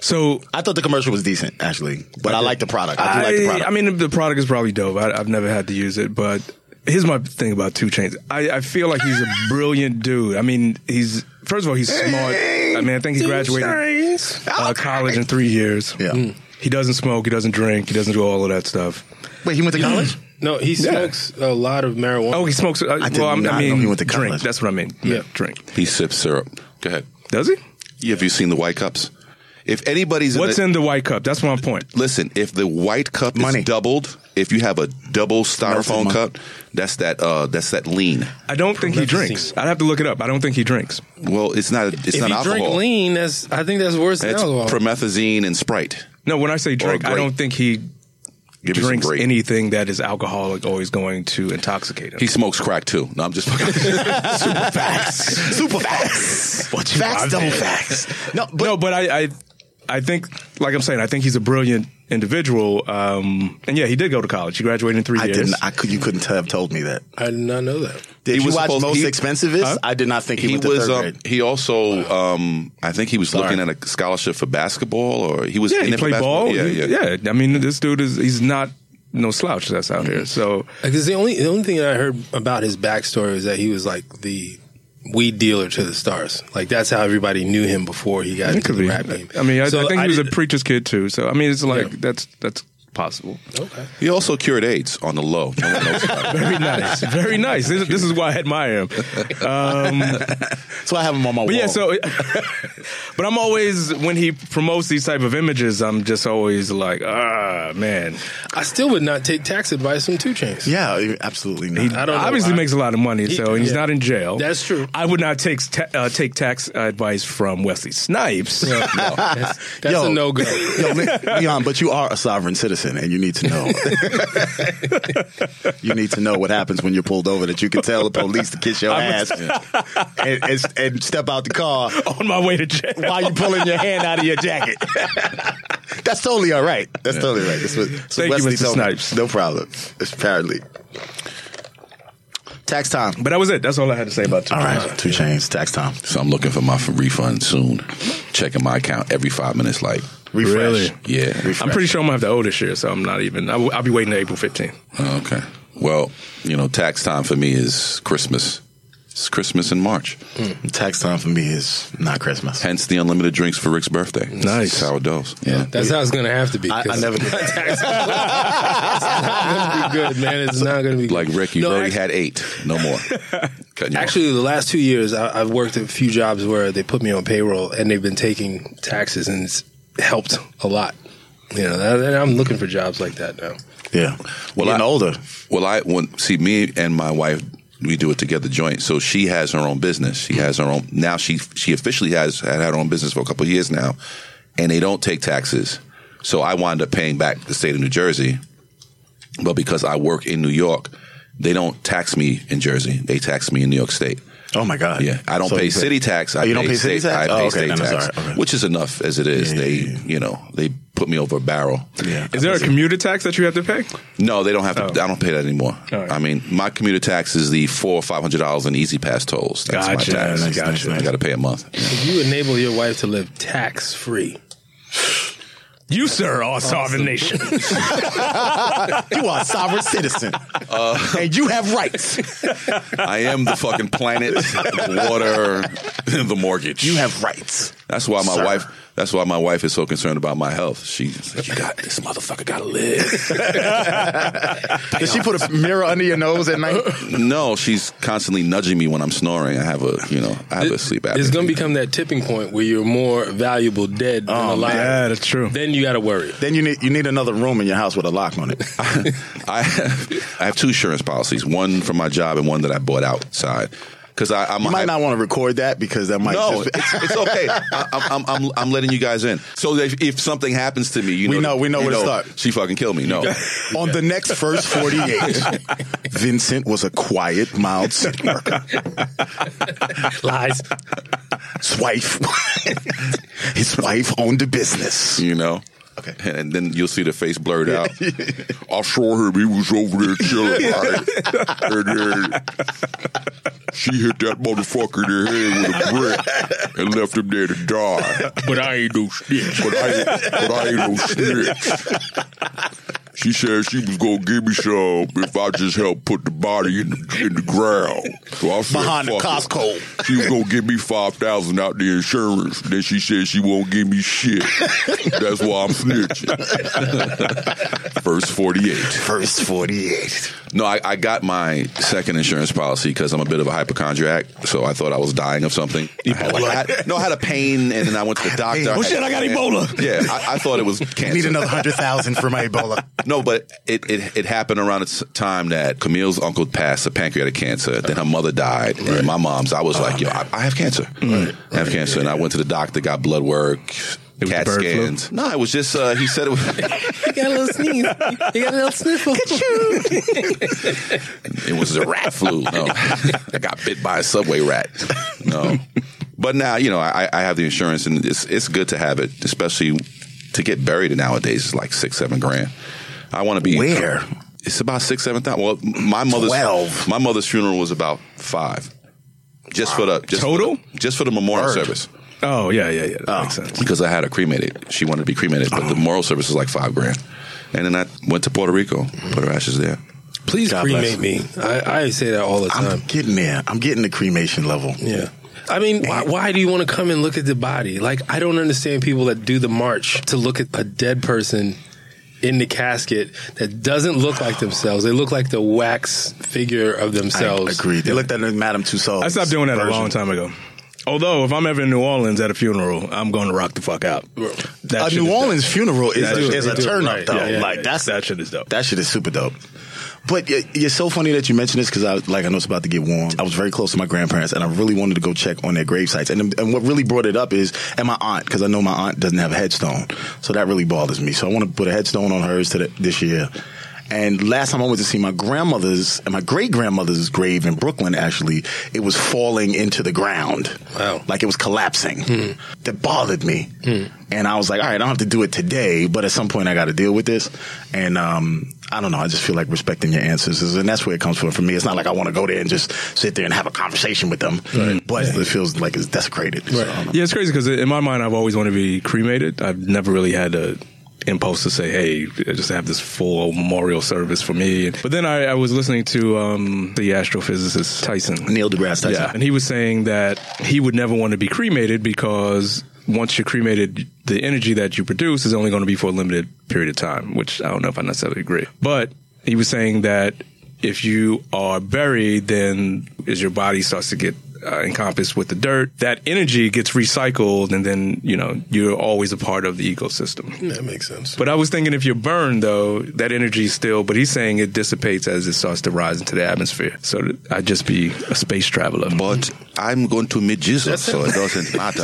Speaker 2: So
Speaker 10: I thought the commercial was decent, actually, but I, like the product. I do like the product.
Speaker 2: I mean, the product is probably dope. I, I've never had to use it, but here's my thing about Two Chains. I, I feel like he's a brilliant dude. I mean, he's first of all, he's smart. I mean, I think he graduated uh, college in three years. Hmm.
Speaker 10: Yeah.
Speaker 2: He doesn't smoke. He doesn't drink. He doesn't do all of that stuff.
Speaker 10: Wait, he went to college?
Speaker 9: No, he smokes a lot of marijuana.
Speaker 2: Oh, he smokes. Uh,
Speaker 10: did
Speaker 2: well, I'm-
Speaker 10: not
Speaker 2: I mean,
Speaker 10: know he went to
Speaker 2: drink.
Speaker 10: college.
Speaker 2: That's what I mean.
Speaker 9: Yeah.
Speaker 2: Yeah, drink.
Speaker 3: He sips syrup. Go ahead.
Speaker 2: Does he?
Speaker 3: Have you seen the white cups? If anybody's
Speaker 2: What's
Speaker 3: in, a-
Speaker 2: in the white cup? That's my point.
Speaker 3: Listen, if the white cup
Speaker 10: Money.
Speaker 3: is doubled, if you have a double styrofoam
Speaker 10: money.
Speaker 3: cup, that's that. Uh, that's that lean.
Speaker 2: I don't think he
Speaker 9: Promethazine.
Speaker 2: drinks. I'd have to look it up. I don't think he drinks.
Speaker 3: Well, it's not. It's
Speaker 9: if
Speaker 3: not
Speaker 9: you
Speaker 3: alcohol.
Speaker 9: drink lean, that's I think that's worse than
Speaker 3: it's
Speaker 9: alcohol.
Speaker 3: promethazine and Sprite.
Speaker 2: No, when I say drink, I
Speaker 3: grape.
Speaker 2: don't think he
Speaker 3: Give me some
Speaker 2: drinks
Speaker 3: grape.
Speaker 2: anything that is alcoholic or is going to intoxicate him.
Speaker 3: He smokes crack too. No, I'm just fucking.
Speaker 10: Super facts. Super facts. facts, double facts. No, but
Speaker 2: no, but I, I, I think, like I'm saying, I think he's a brilliant individual. Um, and yeah, he did go to college. He graduated in three
Speaker 10: I
Speaker 2: years.
Speaker 10: didn't. I could. You couldn't have told me that.
Speaker 9: I did not know that.
Speaker 10: Did
Speaker 3: He
Speaker 10: you
Speaker 3: was
Speaker 10: watch
Speaker 3: supposed-
Speaker 10: Most
Speaker 3: he-
Speaker 10: Expensivest?
Speaker 2: Huh?
Speaker 10: I did not think he,
Speaker 3: he
Speaker 10: went to
Speaker 3: was.
Speaker 10: third
Speaker 3: Um,
Speaker 10: grade.
Speaker 3: he also. Um, I think he was looking at a scholarship for basketball, or he was.
Speaker 2: yeah,
Speaker 3: in
Speaker 2: he
Speaker 3: it for
Speaker 2: played
Speaker 3: basketball.
Speaker 2: ball.
Speaker 3: Yeah,
Speaker 2: He-
Speaker 3: yeah,
Speaker 2: I mean, this dude is he's not no slouch that's out here. So
Speaker 9: Like, 'cause the only the only thing that I heard about his backstory was that he was like the weed dealer to the stars. Like that's how everybody knew him before he got
Speaker 2: it
Speaker 9: into
Speaker 2: could
Speaker 9: the
Speaker 2: be.
Speaker 9: rap game.
Speaker 2: I mean, I,
Speaker 9: So
Speaker 2: I think he was a
Speaker 9: did-
Speaker 2: preacher's kid too. So I mean, it's like
Speaker 9: Yeah.
Speaker 2: that's that's possible.
Speaker 9: okay.
Speaker 3: He also cured AIDS on the low. No one knows about it.
Speaker 2: Very nice. Very nice. This, this is why I admire him. Um,
Speaker 10: so I have him on my
Speaker 2: But
Speaker 10: wall.
Speaker 2: yeah, so but I'm always when he promotes these type of images, I'm just always like, ah, man.
Speaker 9: I still would not take tax advice from Two Chains.
Speaker 10: yeah, absolutely not.
Speaker 9: I don't know
Speaker 2: obviously
Speaker 9: why.
Speaker 2: makes a lot of money,
Speaker 9: He-
Speaker 2: so and he's
Speaker 9: yeah.
Speaker 2: not in jail.
Speaker 9: That's true.
Speaker 2: I would not take ta- uh, take tax advice from Wesley Snipes.
Speaker 9: that's, that's
Speaker 10: Yo.
Speaker 9: a no go.
Speaker 10: Yo, Le- Leon, but you are a sovereign citizen, and you need to know. you need to know what happens when you're pulled over. That you can tell the police to kiss your ass and, and, and step out the car
Speaker 2: on my way to jail.
Speaker 10: while you're pulling your hand out of your jacket. That's totally all right. That's totally right. That's what, that's what
Speaker 2: Thank you,
Speaker 10: Wesley
Speaker 2: Mr.
Speaker 10: told me.
Speaker 2: Snipes.
Speaker 10: No problem. It's apparently tax time.
Speaker 2: But that was it. That's all I had to say about. Two
Speaker 10: All right, two chains. Tax time.
Speaker 3: So I'm looking for my f- refund soon. Checking my account every five minutes. Like,
Speaker 10: Refresh.
Speaker 2: Really?
Speaker 3: yeah.
Speaker 2: I'm pretty sure I'm gonna have to owe this year, so I'm not even. I will, I'll be waiting to April 15th.
Speaker 3: Oh, okay. Well, you know, tax time for me is Christmas. It's Christmas in March.
Speaker 10: Tax time for me is not Christmas.
Speaker 3: Hence the unlimited drinks for Rick's birthday.
Speaker 2: Nice.
Speaker 3: Sourdoughs. Yeah.
Speaker 9: That's how it's gonna have to be.
Speaker 10: I, I
Speaker 9: 'cause
Speaker 10: never did.
Speaker 9: tax. it's not gonna be good, man. It's not gonna be
Speaker 3: Like
Speaker 9: good.
Speaker 3: Rick, you've
Speaker 9: No,
Speaker 3: already
Speaker 9: actually-
Speaker 3: had eight. No more. Cutting you off.
Speaker 9: Actually, the last two years, I, I've worked a few jobs where they put me on payroll, and they've been taking taxes, and it's helped a lot. You know, that, and I'm looking for jobs like that now.
Speaker 10: Yeah.
Speaker 3: Well,
Speaker 10: Well, getting
Speaker 3: I-
Speaker 10: older.
Speaker 3: Well, I when see me and my wife, we do it together joint. So she has her own business. She has her own now. She she officially has had her own business for a couple of years now, and they don't take taxes. So I wind up paying back the state of New Jersey, but because I work in New York, they don't tax me in Jersey. They tax me in New York State.
Speaker 10: Oh my God.
Speaker 3: Yeah, I don't
Speaker 10: So
Speaker 3: pay
Speaker 10: you
Speaker 3: city tax. I
Speaker 10: Oh,
Speaker 3: pay
Speaker 10: you don't pay city
Speaker 3: state,
Speaker 10: tax?
Speaker 3: I
Speaker 10: Oh,
Speaker 3: pay
Speaker 10: okay.
Speaker 3: state
Speaker 10: Then I'm
Speaker 3: tax,
Speaker 10: sorry. Okay.
Speaker 3: which is enough as it is.
Speaker 10: Yeah,
Speaker 3: they,
Speaker 10: yeah, yeah.
Speaker 3: you know, they put me over a barrel.
Speaker 10: Yeah.
Speaker 2: Is there a commuter tax that you have to pay?
Speaker 3: No, they don't have to.
Speaker 2: Oh.
Speaker 3: I don't pay that anymore.
Speaker 2: All right.
Speaker 3: I mean, my commuter tax is the four or five hundred dollars in Easy Pass tolls. That's
Speaker 2: Gotcha.
Speaker 3: my tax.
Speaker 10: Nice, nice, nice.
Speaker 3: I got to pay a month.
Speaker 9: If you enable your wife to live tax free,
Speaker 2: You sir are sovereign nation.
Speaker 10: You are a sovereign citizen, and you have rights.
Speaker 3: I am the fucking planet, the water, the mortgage.
Speaker 10: You have rights.
Speaker 3: That's why my
Speaker 10: Sir.
Speaker 3: wife. That's why my wife is so concerned about my health. She's like, "You got this, motherfucker. Got to live."
Speaker 10: Did she put a mirror under your nose at night?
Speaker 3: no, she's constantly nudging me when I'm snoring. I have a, you know, I have a sleep apnea.
Speaker 9: it's going to become that tipping point where you're more valuable dead than alive.
Speaker 2: yeah, that's true.
Speaker 9: Then you got to worry.
Speaker 10: Then you need you need another room in your house with a lock on it.
Speaker 3: I have, I have two insurance policies. One for my job and one that I bought outside. Because I'm
Speaker 10: You
Speaker 3: a
Speaker 10: might
Speaker 3: hy-
Speaker 10: not want to record that because that might.
Speaker 3: No,
Speaker 10: just-
Speaker 3: it's, it's okay. I, I'm, I'm, I'm, I'm letting you guys in. So if, if something happens to me, you
Speaker 10: We know-
Speaker 3: know,
Speaker 10: we know
Speaker 3: you
Speaker 10: where to start.
Speaker 3: She fucking killed me. No,
Speaker 10: on the next first forty eight, Vincent was a quiet, mild sex worker.
Speaker 9: Lies.
Speaker 10: His wife, his wife owned the business.
Speaker 3: You know? Okay. And then you'll see the face blurred out. I saw him. He was over there chilling. right? And then she hit that motherfucker in the head with a brick and left him there to die.
Speaker 9: But I ain't no snitch.
Speaker 3: But I, but I ain't no snitch. She said she was gonna give me some if I just helped put the body in the, in the ground. So I said,
Speaker 10: Behind the
Speaker 3: "Fuck it."
Speaker 10: Costco.
Speaker 3: She was gonna give me five thousand out the insurance. Then she said she won't give me shit. That's why I'm snitching. Verse forty eight.
Speaker 10: First 48.
Speaker 3: No, I, I got my second insurance policy because I'm a bit of a hypochondriac, so I thought I was dying of something. I had, like, I had- no, I had a pain, and then I went to the doctor.
Speaker 10: Oh,
Speaker 3: had-
Speaker 10: shit, I got Ebola.
Speaker 3: Yeah, I, I thought it was cancer.
Speaker 10: Need another 100,000 for my Ebola.
Speaker 3: No, but it, it it happened around the s- time that Camille's uncle passed of pancreatic cancer. Then her mother died. And then my mom's. I was like, yo,
Speaker 2: Oh,
Speaker 3: I, I have cancer. I have cancer, and I went to the doctor, got blood work.
Speaker 2: was
Speaker 3: CAT
Speaker 2: the bird flu?
Speaker 3: scans. No, it was just uh, he said it was.
Speaker 9: You got a little sneeze. You got a little sniffle.
Speaker 3: It was a rat flu. No, I got bit by a subway rat. No, but now you know I, I have the insurance, and it's it's good to have it, especially to get buried nowadays is like six seven grand. I want to be
Speaker 10: Where?
Speaker 3: It's about six seven thousand. Well, my mother's
Speaker 10: Twelve.
Speaker 3: my mother's funeral was about five. Just for the just
Speaker 2: Total?
Speaker 3: for the, just for the memorial
Speaker 10: Word.
Speaker 3: service
Speaker 2: Oh yeah, yeah, yeah. That makes sense.
Speaker 3: because I had her cremated. She wanted to be cremated, but
Speaker 10: Oh.
Speaker 3: the memorial service was like five grand. And then I went to Puerto Rico, put her ashes there.
Speaker 9: Please
Speaker 10: God bless.
Speaker 9: cremate me. I, I say that all the
Speaker 10: I'm
Speaker 9: time.
Speaker 10: getting there. I'm getting the cremation level.
Speaker 9: Yeah. I mean, why, why do you want to come and look at the body? Like, I don't understand people that do the march to look at a dead person in the casket that doesn't look like themselves. They look like the wax figure of
Speaker 10: I
Speaker 9: themselves.
Speaker 10: agree. They looked at the Madame Tussauds.
Speaker 2: I stopped doing that
Speaker 10: version.
Speaker 2: a long time ago. Although, if I'm ever in New Orleans at a funeral, I'm going to rock the fuck out. That
Speaker 10: A
Speaker 2: shit
Speaker 10: New
Speaker 2: is dope.
Speaker 10: Orleans funeral is,
Speaker 2: That
Speaker 10: a,
Speaker 2: shit
Speaker 10: is a
Speaker 2: dope.
Speaker 10: turn up
Speaker 2: Right.
Speaker 10: though.
Speaker 2: Yeah, yeah,
Speaker 10: like
Speaker 2: yeah.
Speaker 10: that's
Speaker 2: that shit is dope.
Speaker 10: That shit is super dope. But y- it's so funny that you mentioned this because I like I know it's about to get warm. I was very close to my grandparents, and I really wanted to go check on their grave sites. And and what really brought it up is and my aunt because I know my aunt doesn't have a headstone, so that really bothers me. So I want to put a headstone on hers to the, this year. And last time I went to see my grandmother's and my great grandmother's grave in Brooklyn, actually, it was falling into the ground.
Speaker 9: Wow.
Speaker 10: Like it was collapsing. That bothered me. And I was like, all right, I don't have to do it today, but at some point I got to deal with this. And um, I don't know. I just feel like respecting your ancestors. And that's where it comes from for me. It's not like I want to go there and just sit there and have a conversation with them, but it feels like it's desecrated. So I don't know.
Speaker 2: Yeah, it's crazy because in my mind, I've always wanted to be cremated. I've never really had a impulse to say, "Hey, just have this full memorial service for me." But then I, I was listening to um, the astrophysicist Tyson.
Speaker 10: Neil deGrasse Tyson.
Speaker 2: Yeah, and he was saying that he would never want to be cremated because once you're cremated, the energy that you produce is only going to be for a limited period of time. Which I don't know if I necessarily agree, but he was saying that if you are buried, then as your body starts to get uh, encompassed with the dirt, that energy gets recycled, and then you know you're always a part of the ecosystem.
Speaker 9: That makes sense.
Speaker 2: But I was thinking if you're burned, though, that energy is still, but he's saying it dissipates as it starts to rise into the atmosphere. So th- I'd just be a space traveler.
Speaker 3: But I'm going to meet Jesus, so it doesn't matter.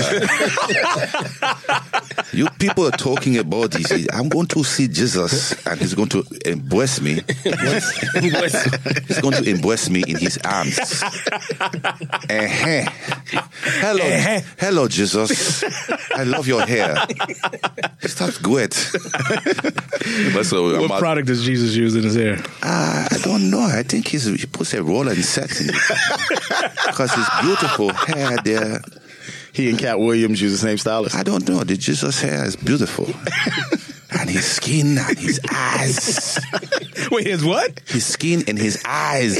Speaker 3: you people are talking about this. I'm going to see Jesus, and he's going to embrace me. he's going to embrace me in his arms. Eh-heh. Hello, hello, Jesus. I love your hair. That's good. But so I'm
Speaker 2: What
Speaker 3: out-
Speaker 2: product does Jesus use in his hair?
Speaker 3: uh, I don't know. I think he's, he puts a roller and sets in it. Because his beautiful hair there.
Speaker 10: He and Cat Williams use the same stylist.
Speaker 3: I don't know. The Jesus hair is beautiful. and his skin and his eyes.
Speaker 2: Wait, his what?
Speaker 3: His skin and his eyes.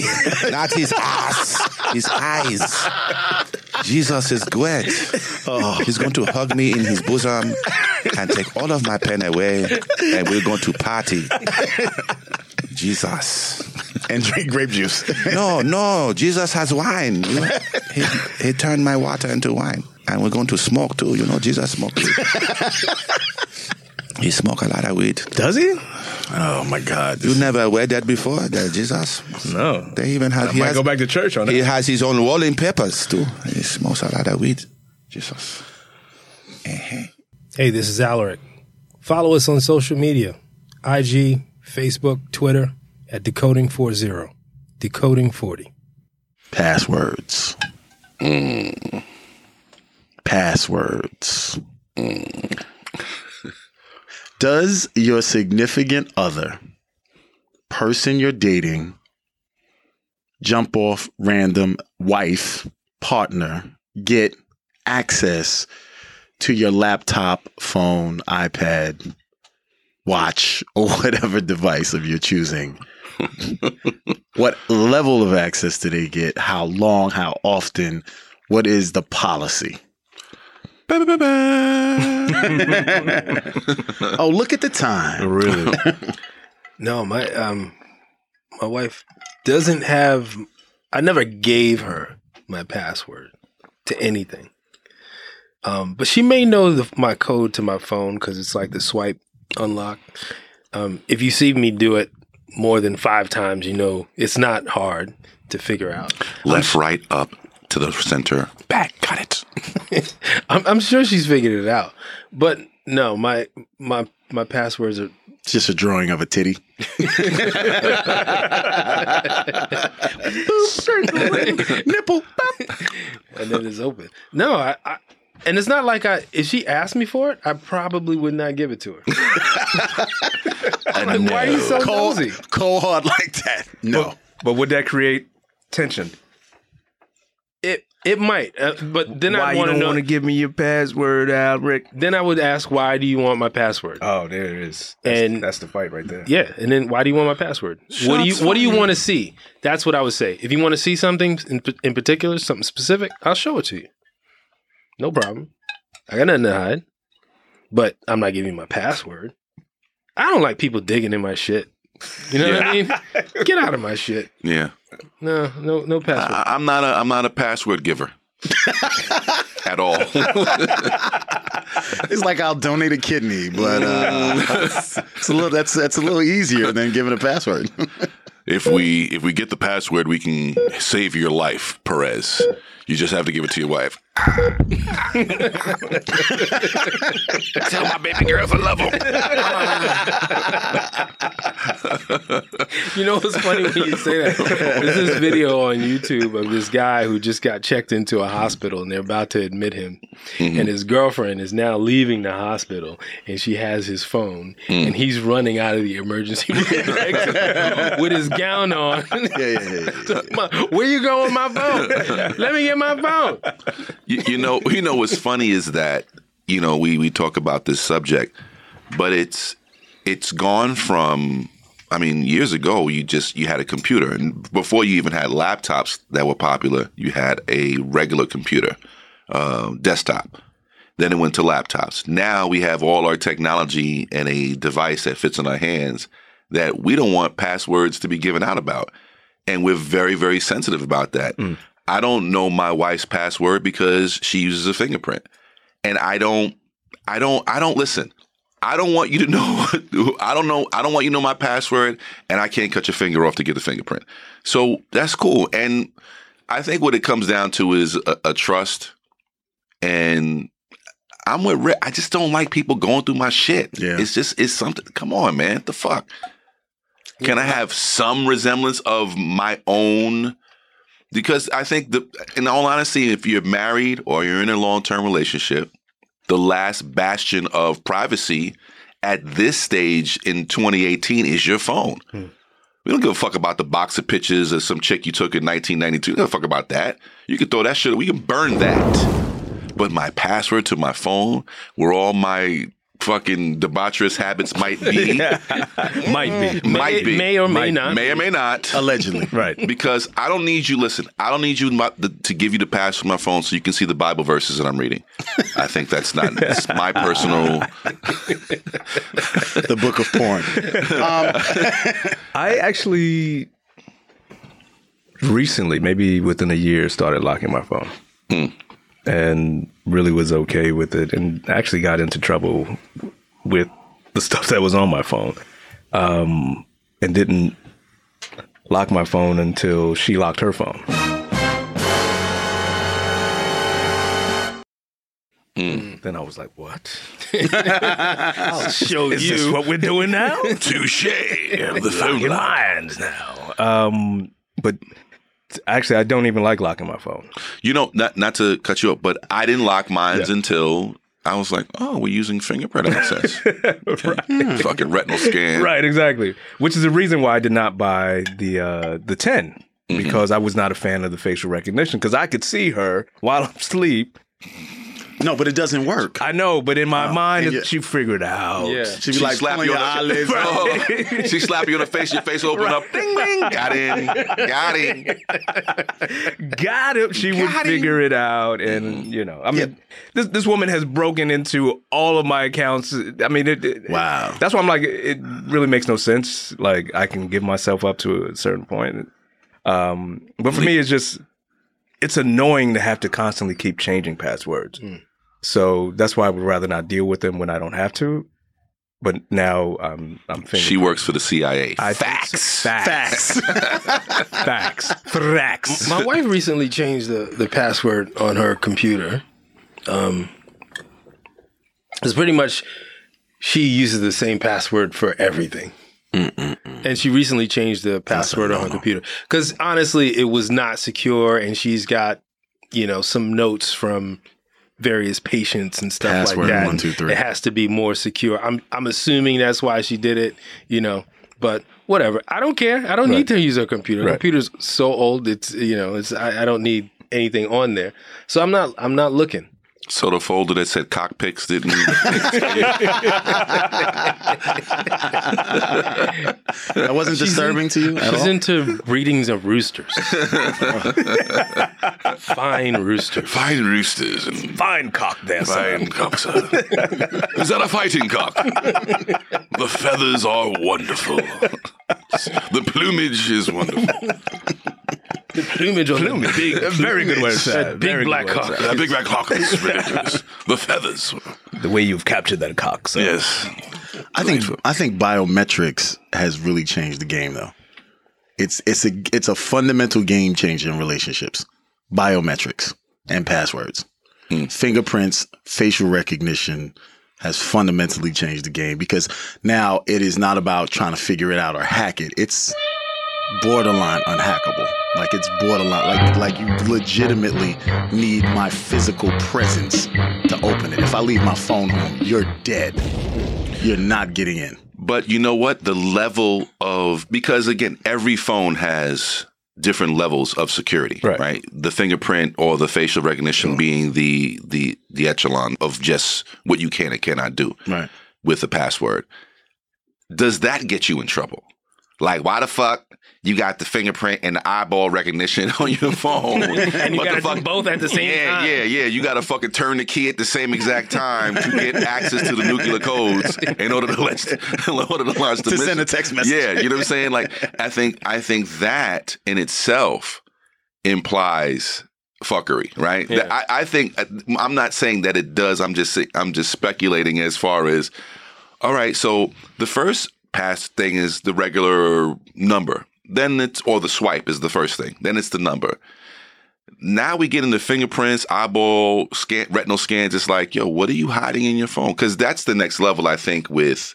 Speaker 3: Not his ass. His eyes. Jesus is great. He's going to hug me in his bosom and take all of my pain away. And we're going to party. Jesus.
Speaker 10: and drink grape juice.
Speaker 3: No, no, Jesus has wine. You know? he, he turned my water into wine. And we're going to smoke too. You know, Jesus smoked weed. he smoked a lot of weed.
Speaker 2: Does he?
Speaker 10: oh my God.
Speaker 3: You never heard that before, that Jesus?
Speaker 2: No.
Speaker 3: They even had.
Speaker 2: I
Speaker 3: he
Speaker 2: might
Speaker 3: has-
Speaker 2: go back to church on that.
Speaker 3: He has his own rolling papers too. He smokes a lot of weed. Jesus.
Speaker 9: Hey, this is Alaric. Follow us on social media IG, Facebook, Twitter at Decoding40. Decoding40.
Speaker 10: Passwords. Passwords. Does your significant other, person you're dating, jump off random wife, partner, get access to your laptop, phone, iPad, watch, or whatever device of your choosing? what level of access do they get? How long? How often? What is the policy? oh, look at the time.
Speaker 2: Really?
Speaker 9: No, my um, my wife doesn't have. I never gave her my password to anything. Um, but she may know the, my code to my phone because it's like the swipe unlock. Um, if you see me do it more than five times, you know it's not hard to figure out.
Speaker 3: Left, right, up to the center.
Speaker 9: Back, got it. I'm, I'm sure she's figured it out. But no, my my my passwords are
Speaker 10: It's just a drawing of a titty.
Speaker 9: nipple, and then it's open. No, I, I, and it's not like I. If she asked me for it, I probably would not give it to her. I'm like, why are you so nosy?
Speaker 10: cold hard like that. No.
Speaker 2: but would that create tension?
Speaker 9: It it might, uh, but then I
Speaker 2: Why you
Speaker 9: want to
Speaker 2: don't
Speaker 9: know.
Speaker 2: want to give me your password, Alric?
Speaker 9: then I would ask, why do you want my password?
Speaker 2: Oh, there it is.
Speaker 9: That's- And- that's
Speaker 2: the fight right there.
Speaker 9: yeah, and then why do you want my password? what do you What do you want to see? That's what I would say. If you want to see something in, in particular, something specific, I'll show it to you. No problem. I got nothing to hide, but I'm not giving you my password. I don't like people digging in my shit. You know what I mean? Get out of my shit.
Speaker 3: Yeah,
Speaker 9: No, no, no password.
Speaker 3: I, I'm not a I'm not a password giver at all.
Speaker 10: It's like I'll donate a kidney, but uh, it's, it's a little that's that's a little easier than giving a password.
Speaker 3: if we if we get the password, we can save your life, Perez. You just have to give it to your wife. Tell my baby girls I love them.
Speaker 9: You know what's funny when you say that? There's this video on YouTube of this guy who just got checked into a hospital and they're about to admit him.
Speaker 3: Mm-hmm.
Speaker 9: And his girlfriend is now leaving the hospital and she has his phone
Speaker 3: Mm.
Speaker 9: and he's running out of the emergency room exit with his gown on.
Speaker 10: yeah, yeah, yeah.
Speaker 9: My- Where you going with my phone? Let me get my phone.
Speaker 3: You, you know, you know what's funny is that you know we we talk about this subject, but it's it's gone from. I mean, years ago, you just you had a computer, and before you even had laptops that were popular, you had a regular computer, uh, desktop. Then it went to laptops. Now we have all our technology and a device that fits in our hands that we don't want passwords to be given out about. And we're very, very sensitive about that. I don't know my wife's password because she uses a fingerprint. And I don't, I don't, I don't listen. I don't want you to know. I don't know. I don't want you to know my password, and I can't cut your finger off to get a fingerprint. So that's cool. And I think what it comes down to is a, a trust. And I'm with Rick. I just don't like people going through my shit.
Speaker 10: Yeah.
Speaker 3: It's just it's something. Come on, man. The fuck. Can I have some resemblance of my own? Because I think the in all honesty, if you're married or you're in a long term relationship, the last bastion of privacy at this stage in 2018 is your phone.
Speaker 9: Hmm.
Speaker 3: We don't give a fuck about the box of pictures of some chick you took in 1992. We don't give a fuck about that. You can throw that shit. We can burn that. But my password to my phone, where all my fucking debaucherous habits might be,
Speaker 2: Might be.
Speaker 3: might
Speaker 9: May-
Speaker 3: be,
Speaker 9: may or may
Speaker 3: Might-
Speaker 9: not.
Speaker 3: may or may not
Speaker 10: Allegedly.
Speaker 2: Right.
Speaker 3: because I don't need you. Listen, I don't need you my, the, to give you the password for my phone so you can see the Bible verses that I'm reading. I think that's not it's my personal.
Speaker 10: The book of porn.
Speaker 2: I actually recently, maybe within a year, started locking my phone.
Speaker 9: Hmm.
Speaker 2: And really was okay with it and actually got into trouble with the stuff that was on my phone. Um, and didn't lock my phone until she locked her phone.
Speaker 9: Hmm.
Speaker 2: Then I was like, what?
Speaker 9: Show
Speaker 2: Is
Speaker 9: you.
Speaker 2: this what we're doing now?
Speaker 3: Touche. The
Speaker 2: Fucking lines now. Um, but Actually, I don't even like locking my phone.
Speaker 3: You know, not not to cut you up, but I didn't lock mine
Speaker 2: Yeah.
Speaker 3: until I was like, oh, we're using fingerprint access. Okay. Fucking retinal scan.
Speaker 2: Right, exactly. Which is the reason why I did not buy the uh, the 10
Speaker 10: Mm-hmm.
Speaker 2: because I was not a fan of the facial recognition because I could see her while I'm asleep.
Speaker 1: No, but it doesn't work.
Speaker 2: I know, but in my mind,
Speaker 1: and you-
Speaker 2: she figured it out.
Speaker 9: Yeah.
Speaker 1: She'd be like,
Speaker 3: slap
Speaker 1: pulling
Speaker 3: you
Speaker 1: your
Speaker 3: on the-
Speaker 1: eyelids.
Speaker 3: Oh, she slap you in the face. Your face open up. Ding ding. Got in. Got in.
Speaker 2: Got it. She would
Speaker 1: Got Mm. him.
Speaker 2: figure it out, and you know, I mean, this this woman has broken into all of my accounts. I mean, it, it-
Speaker 1: Wow.
Speaker 2: That's why I'm like, it really makes no sense. Like, I can give myself up to a certain point, um, but for me, it's just it's annoying to have to constantly keep changing passwords.
Speaker 1: Mm.
Speaker 2: So that's why I would rather not deal with them when I don't have to. But now I'm I'm thinking
Speaker 3: She works for the CIA.
Speaker 2: I think so. Facts.
Speaker 3: Facts.
Speaker 2: Facts. Facts.
Speaker 9: My wife recently changed the, the password on her computer. Um, it's pretty much she uses the same password for everything. And she recently changed the password on her computer because honestly, it was not secure. And she's got, you know, some notes from various patients and stuff
Speaker 10: Password
Speaker 9: like that.
Speaker 10: one, two, three.
Speaker 9: It has to be more secure. I'm I'm assuming that's why she did it. You know, but whatever. I don't care. I don't need to use her computer. Her computer's so old. It's you know. It's I, I don't need anything on there. So I'm not I'm not looking.
Speaker 3: So the folder that said cockpits didn't.
Speaker 10: That wasn't disturbing to you at
Speaker 9: She's
Speaker 10: all.
Speaker 9: into breedings of roosters. Fine rooster.
Speaker 3: Fine roosters and
Speaker 2: Fine cock there,
Speaker 3: fine cocks. Is that a fighting cock? the feathers are wonderful. The plumage is wonderful.
Speaker 9: Plumage on the big,
Speaker 2: Very good word, sir.
Speaker 9: that big
Speaker 2: Very
Speaker 9: black
Speaker 2: good word,
Speaker 9: cock.
Speaker 3: That big black hawk is ridiculous. The feathers.
Speaker 2: The way you've captured that cock, sir.
Speaker 3: Yes.
Speaker 10: I think I think biometrics has really changed the game though. It's it's a it's a fundamental game changer in relationships. Biometrics and passwords. Fingerprints, facial recognition has fundamentally changed the game because now it is not about trying to figure it out or hack it. It's borderline unhackable. Like it's borderline like like you legitimately need my physical presence to open it. If I leave my phone home, you're dead you're not getting in.
Speaker 3: But you know what? The level of because again, every phone has different levels of security, right?
Speaker 2: Right.
Speaker 3: The fingerprint or the facial recognition being the the the echelon of just what you can and cannot do
Speaker 10: Right.
Speaker 3: with the password. Does that get you in trouble? Like, why the fuck you got the fingerprint and the eyeball recognition on your phone?
Speaker 9: And you
Speaker 3: What the
Speaker 9: gotta do
Speaker 3: fuck-
Speaker 9: both at the same
Speaker 3: yeah,
Speaker 9: time.
Speaker 3: Yeah, yeah, You got to fucking turn the key at the same exact time to get access to the nuclear codes in order to let in order to launch the
Speaker 10: To send
Speaker 3: mission.
Speaker 10: a text message.
Speaker 3: Yeah, you know what I'm saying? Like, I think I think that in itself implies fuckery, right? That- I, I think uh, I'm not saying that it does. I'm just I'm just speculating as far as all right, so the first pass thing is the regular number. Then it's or the swipe is the first thing. Then it's the number. Now we get into fingerprints, eyeball scan, retinal scans. It's like, yo, what are you hiding in your phone? Because that's the next level, I think, with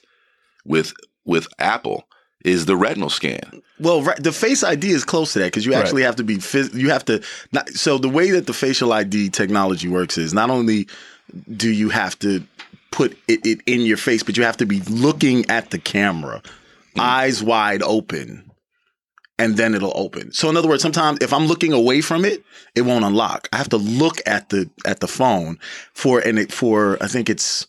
Speaker 3: with with Apple is the retinal scan.
Speaker 10: Well, right, the face ID is close to that because you actually have to be phys- you have to not, so the way that the facial ID technology works is not only do you have to put it, it in your face, but you have to be looking at the camera, eyes wide open, and then it'll open. So in other words, sometimes if I'm looking away from it, it won't unlock. I have to look at the at the phone for and it for I think it's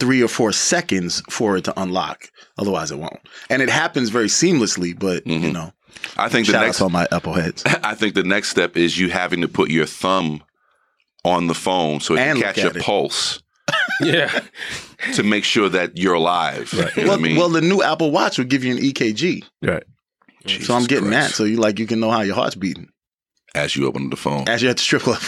Speaker 10: three or four seconds for it to unlock. Otherwise, it won't. And it happens very seamlessly, but you know,
Speaker 3: I think the
Speaker 10: shout out
Speaker 3: next
Speaker 10: to all my Apple heads.
Speaker 3: I think the next step is you having to put your thumb on the phone so it
Speaker 10: And
Speaker 3: can
Speaker 10: look
Speaker 3: catch your
Speaker 10: at it.
Speaker 3: pulse
Speaker 9: Yeah.
Speaker 3: to make sure that you're alive. You know
Speaker 10: well,
Speaker 3: what I mean?
Speaker 10: well, the new Apple Watch will give you an EKG,
Speaker 2: Right.
Speaker 10: so I'm
Speaker 3: Jesus
Speaker 10: getting
Speaker 3: Christ.
Speaker 10: that. So you like you can know how your heart's beating
Speaker 3: as you open the phone.
Speaker 10: as you're at the strip club.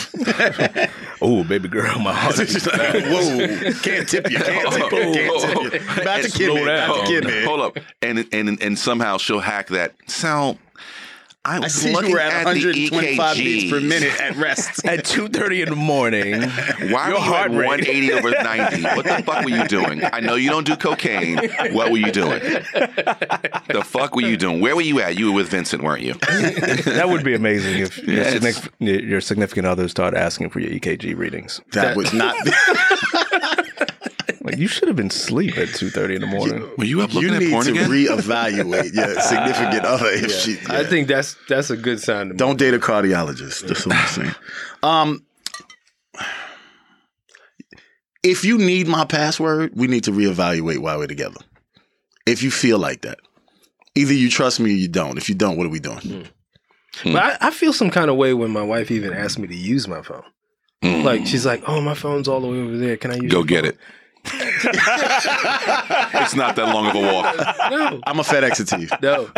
Speaker 2: Oh, baby girl, my heart. is-
Speaker 10: Just like, Whoa! Can't tip you. Can't tip you. Can't tip you. About to
Speaker 3: And
Speaker 10: kid me.
Speaker 2: slow down.
Speaker 10: About to kid me.
Speaker 3: Hold up, and and and somehow she'll hack that sound. I was
Speaker 1: see you
Speaker 3: looking
Speaker 1: were at,
Speaker 3: at the E
Speaker 1: 125
Speaker 3: EKGs.
Speaker 1: beats per minute at rest.
Speaker 11: At two thirty in the morning,
Speaker 3: Why
Speaker 11: your
Speaker 3: were you
Speaker 11: heart
Speaker 3: at
Speaker 11: rate
Speaker 3: 180 over 90? What the fuck were you doing? I know you don't do cocaine. What were you doing? The fuck were you doing? Where were you at? You were with Vincent, weren't you?
Speaker 11: that would be amazing if your,
Speaker 3: Yes.
Speaker 11: signif- your significant other started asking for your EKG readings.
Speaker 10: That would not.
Speaker 11: Like you should have been asleep at two thirty in the morning.
Speaker 3: Were you up looking
Speaker 10: you
Speaker 3: at
Speaker 10: need
Speaker 3: porn
Speaker 10: to
Speaker 3: again?
Speaker 10: reevaluate your significant other if she.
Speaker 9: I
Speaker 10: yeah.
Speaker 9: think that's that's a good sign. To
Speaker 10: Don't date a cardiologist. That's what I'm saying. Um, if you need my password, we need to reevaluate why we're together. If you feel like that, either you trust me or you don't. If you don't, what are we doing?
Speaker 9: Hmm. But I, I feel some kind of way when my wife even asked me to use my phone.
Speaker 11: Hmm.
Speaker 9: Like she's like, "Oh, my phone's all the way over there. Can I use?"
Speaker 3: Go
Speaker 9: your
Speaker 3: get it. it's not that long of a walk.
Speaker 9: phone?" No,
Speaker 10: I'm a FedEx it to you.
Speaker 9: no,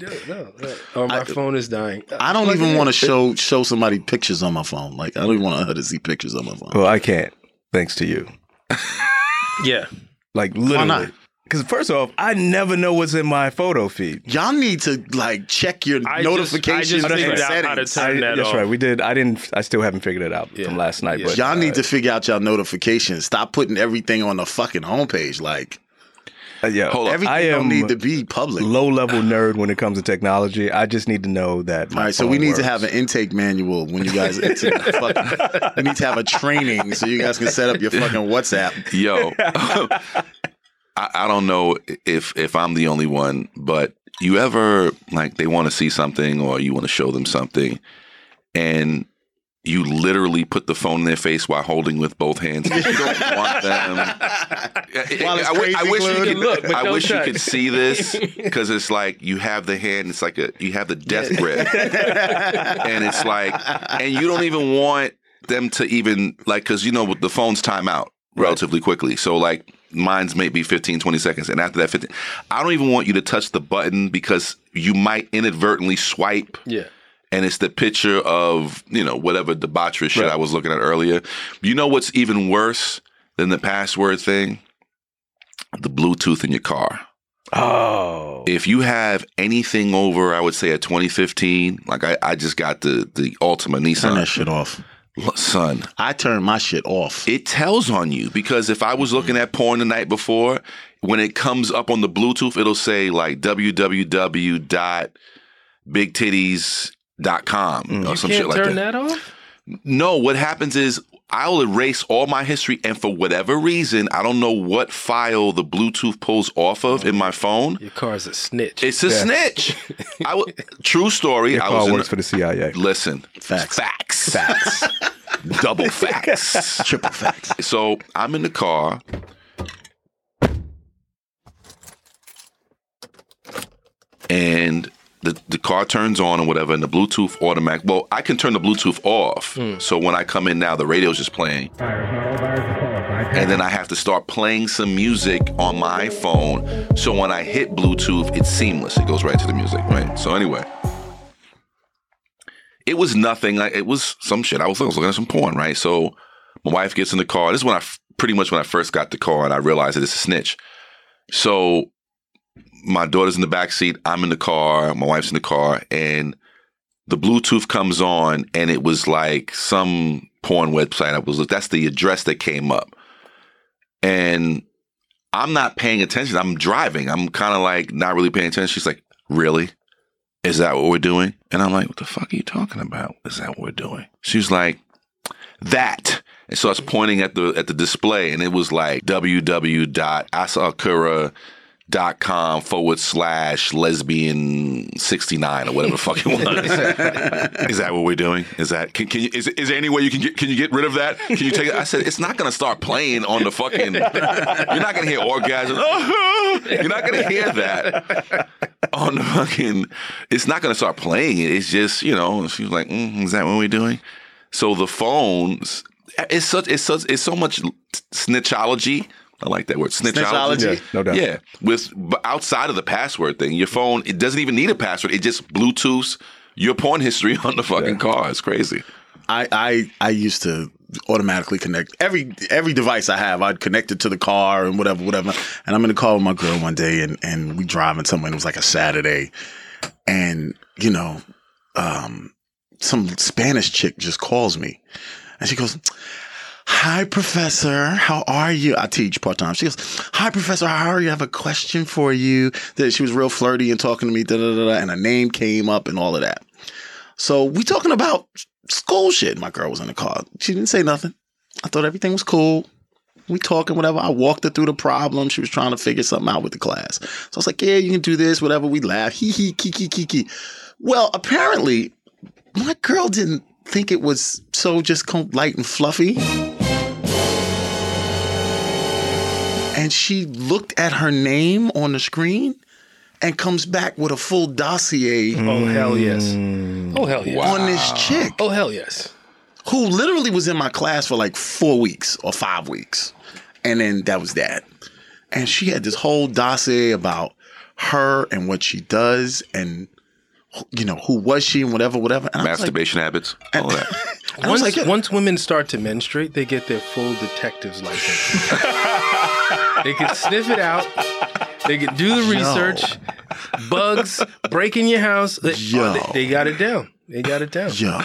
Speaker 9: no, no, no. Oh, my phone is dying.
Speaker 10: I don't even want to show show somebody pictures on my phone. Like I don't even want her to see pictures on my phone.
Speaker 11: Well, I can't, thanks to you.
Speaker 9: Yeah,
Speaker 11: Like literally,
Speaker 10: not?
Speaker 11: because first off, I never know what's in my photo feed.
Speaker 10: Y'all need to like check your
Speaker 9: I just-
Speaker 10: notifications
Speaker 9: I just
Speaker 10: and
Speaker 9: figured out how to
Speaker 10: settings.
Speaker 9: turn
Speaker 11: I,
Speaker 9: that
Speaker 11: that's
Speaker 9: off.
Speaker 11: right. We did. I didn't. I still haven't figured it out
Speaker 9: Yeah.
Speaker 11: from last night.
Speaker 9: Yeah.
Speaker 11: But
Speaker 10: Y'all need to figure out y'all notifications. Stop putting everything on the fucking homepage. Like
Speaker 11: uh, yeah.
Speaker 3: Hold on.
Speaker 10: everything
Speaker 11: I am
Speaker 10: don't need to be public.
Speaker 11: low level nerd when it comes to technology. I just need to know that. my
Speaker 10: All right, so we
Speaker 11: phone
Speaker 10: need to
Speaker 11: works.
Speaker 10: have an intake manual when you guys enter the fucking. We need to have a training so you guys can set up your fucking WhatsApp.
Speaker 3: Yo, I, I don't know if if I'm the only one, but you ever like they want to see something or you want to show them something, and you literally put the phone in their face while holding with both hands. 'cause You don't want them.
Speaker 10: While it's
Speaker 3: I, wi- I
Speaker 10: crazy
Speaker 3: wish you
Speaker 10: glued.
Speaker 3: could
Speaker 9: Look, but
Speaker 3: I
Speaker 9: don't
Speaker 3: wish
Speaker 9: touch.
Speaker 3: you could see this because it's like you have the hand. It's like a you have the death grip, and it's like, and you don't even want them to even like because you know with the phone's time out relatively quickly. So like mine's maybe 15, 20 seconds, and after that 15, I don't even want you to touch the button because you might inadvertently swipe
Speaker 9: yeah.
Speaker 3: and it's the picture of you know whatever debauchery shit I was looking at earlier. You know what's even worse than the password thing? The Bluetooth in your car.
Speaker 11: Oh,
Speaker 3: If you have anything over, I would say a 2015, like I, I just got the the Ultima
Speaker 10: Turn that
Speaker 3: Nissan,
Speaker 10: shit off.
Speaker 3: L- son.
Speaker 10: I turned my shit off.
Speaker 3: It tells on you because if I was
Speaker 10: Mm-hmm.
Speaker 3: looking at porn the night before, when it comes up on the Bluetooth, it'll say like www.bigtitties.com
Speaker 10: Mm.
Speaker 3: or some
Speaker 9: Can't
Speaker 3: shit like
Speaker 9: turn
Speaker 3: that.
Speaker 9: that off.
Speaker 3: No, what happens is I'll erase all my history, and for whatever reason, I don't know what file the Bluetooth pulls off of in my phone.
Speaker 9: Your car's a snitch.
Speaker 3: It's a snitch. I w- true story.
Speaker 11: your
Speaker 3: I
Speaker 11: car
Speaker 3: was in
Speaker 11: works
Speaker 3: a-
Speaker 11: for the CIA.
Speaker 3: listen.
Speaker 10: Facts.
Speaker 3: Facts. Facts. Double facts. Triple facts. So I'm in the car. And the, the car turns on and whatever, and the Bluetooth automatic. Well, I can turn the Bluetooth off. So when I come in now, the radio's just playing. And then I have to start playing some music on my iPhone. So when I hit Bluetooth, it's seamless. It goes right to the music, right? So anyway it was nothing. Like it was some shit. I was, I was looking at some porn, right? So my wife gets in the car. This is when I f- pretty much when I first got the car and I realized that it's a snitch. So my daughter's in the back seat. I'm in the car. My wife's in the car, and the Bluetooth comes on, and it was like some porn website. I was look. That's the address that came up, and I'm not paying attention. I'm driving. I'm kind of like not really paying attention. She's like, "Really? Is that what we're doing?" And I'm like, "What the fuck are you talking about? Is that what we're doing?" She's like, "That." And starts pointing at the at the display, and it was like www.asakura dot com forward slash lesbian 69 or whatever the fuck it was is that what we're doing is that can, can you is, is there any way you can get can you get rid of that can you take it i said it's not gonna start playing on the fucking you're not gonna hear orgasm you're not gonna hear that on the fucking it's not gonna start playing it it's just you know and she was like mm, is that what we're doing so the phones it's such it's such it's so much snitchology I like that word.
Speaker 10: Snitchology?
Speaker 11: Yeah, no doubt.
Speaker 3: Yeah, with but outside of the password thing, your phone it doesn't even need a password. It just Bluetooths your porn history on the fucking car. It's crazy.
Speaker 10: I, I I used to automatically connect every every device I have. I'd connect it to the car and whatever, whatever. And I'm in the car with my girl one day, and and we driving somewhere. And it was like a Saturday, and you know um, some Spanish chick just calls me and she goes, Hi, Professor. How are you? I teach part time. She goes, Hi, Professor. How are you? I have a question for you. That She was real flirty and talking to me, da, da, da, da, and a name came up and all of that. So we talking about school shit. My girl was in the car. She didn't say nothing. I thought everything was cool. We talking, whatever. I walked her through the problem. She was trying to figure something out with the class. So I was like, yeah, you can do this, whatever. We laugh. Hee hee, kiki, kiki. Well, apparently, my girl didn't think it was so just com- light and fluffy. And she looked at her name on the screen and comes back with a full dossier.
Speaker 9: Oh, hell yes.
Speaker 10: Mm.
Speaker 9: Oh, hell yes.
Speaker 10: On this chick.
Speaker 9: Oh, hell yes.
Speaker 10: Who literally was in my class for like four weeks or five weeks. And then that was that. And she had this whole dossier about her and what she does and, you know, who was she and whatever, whatever. And I was like,
Speaker 3: Masturbation habits, all that.
Speaker 10: I was like,
Speaker 9: Once,
Speaker 10: yeah.
Speaker 9: once women start to menstruate, they get their full detective's license. they can sniff it out. They can do the research. Bugs breaking your house. They,
Speaker 10: Yo.
Speaker 9: they- they got it down. They got it down.
Speaker 10: Yo.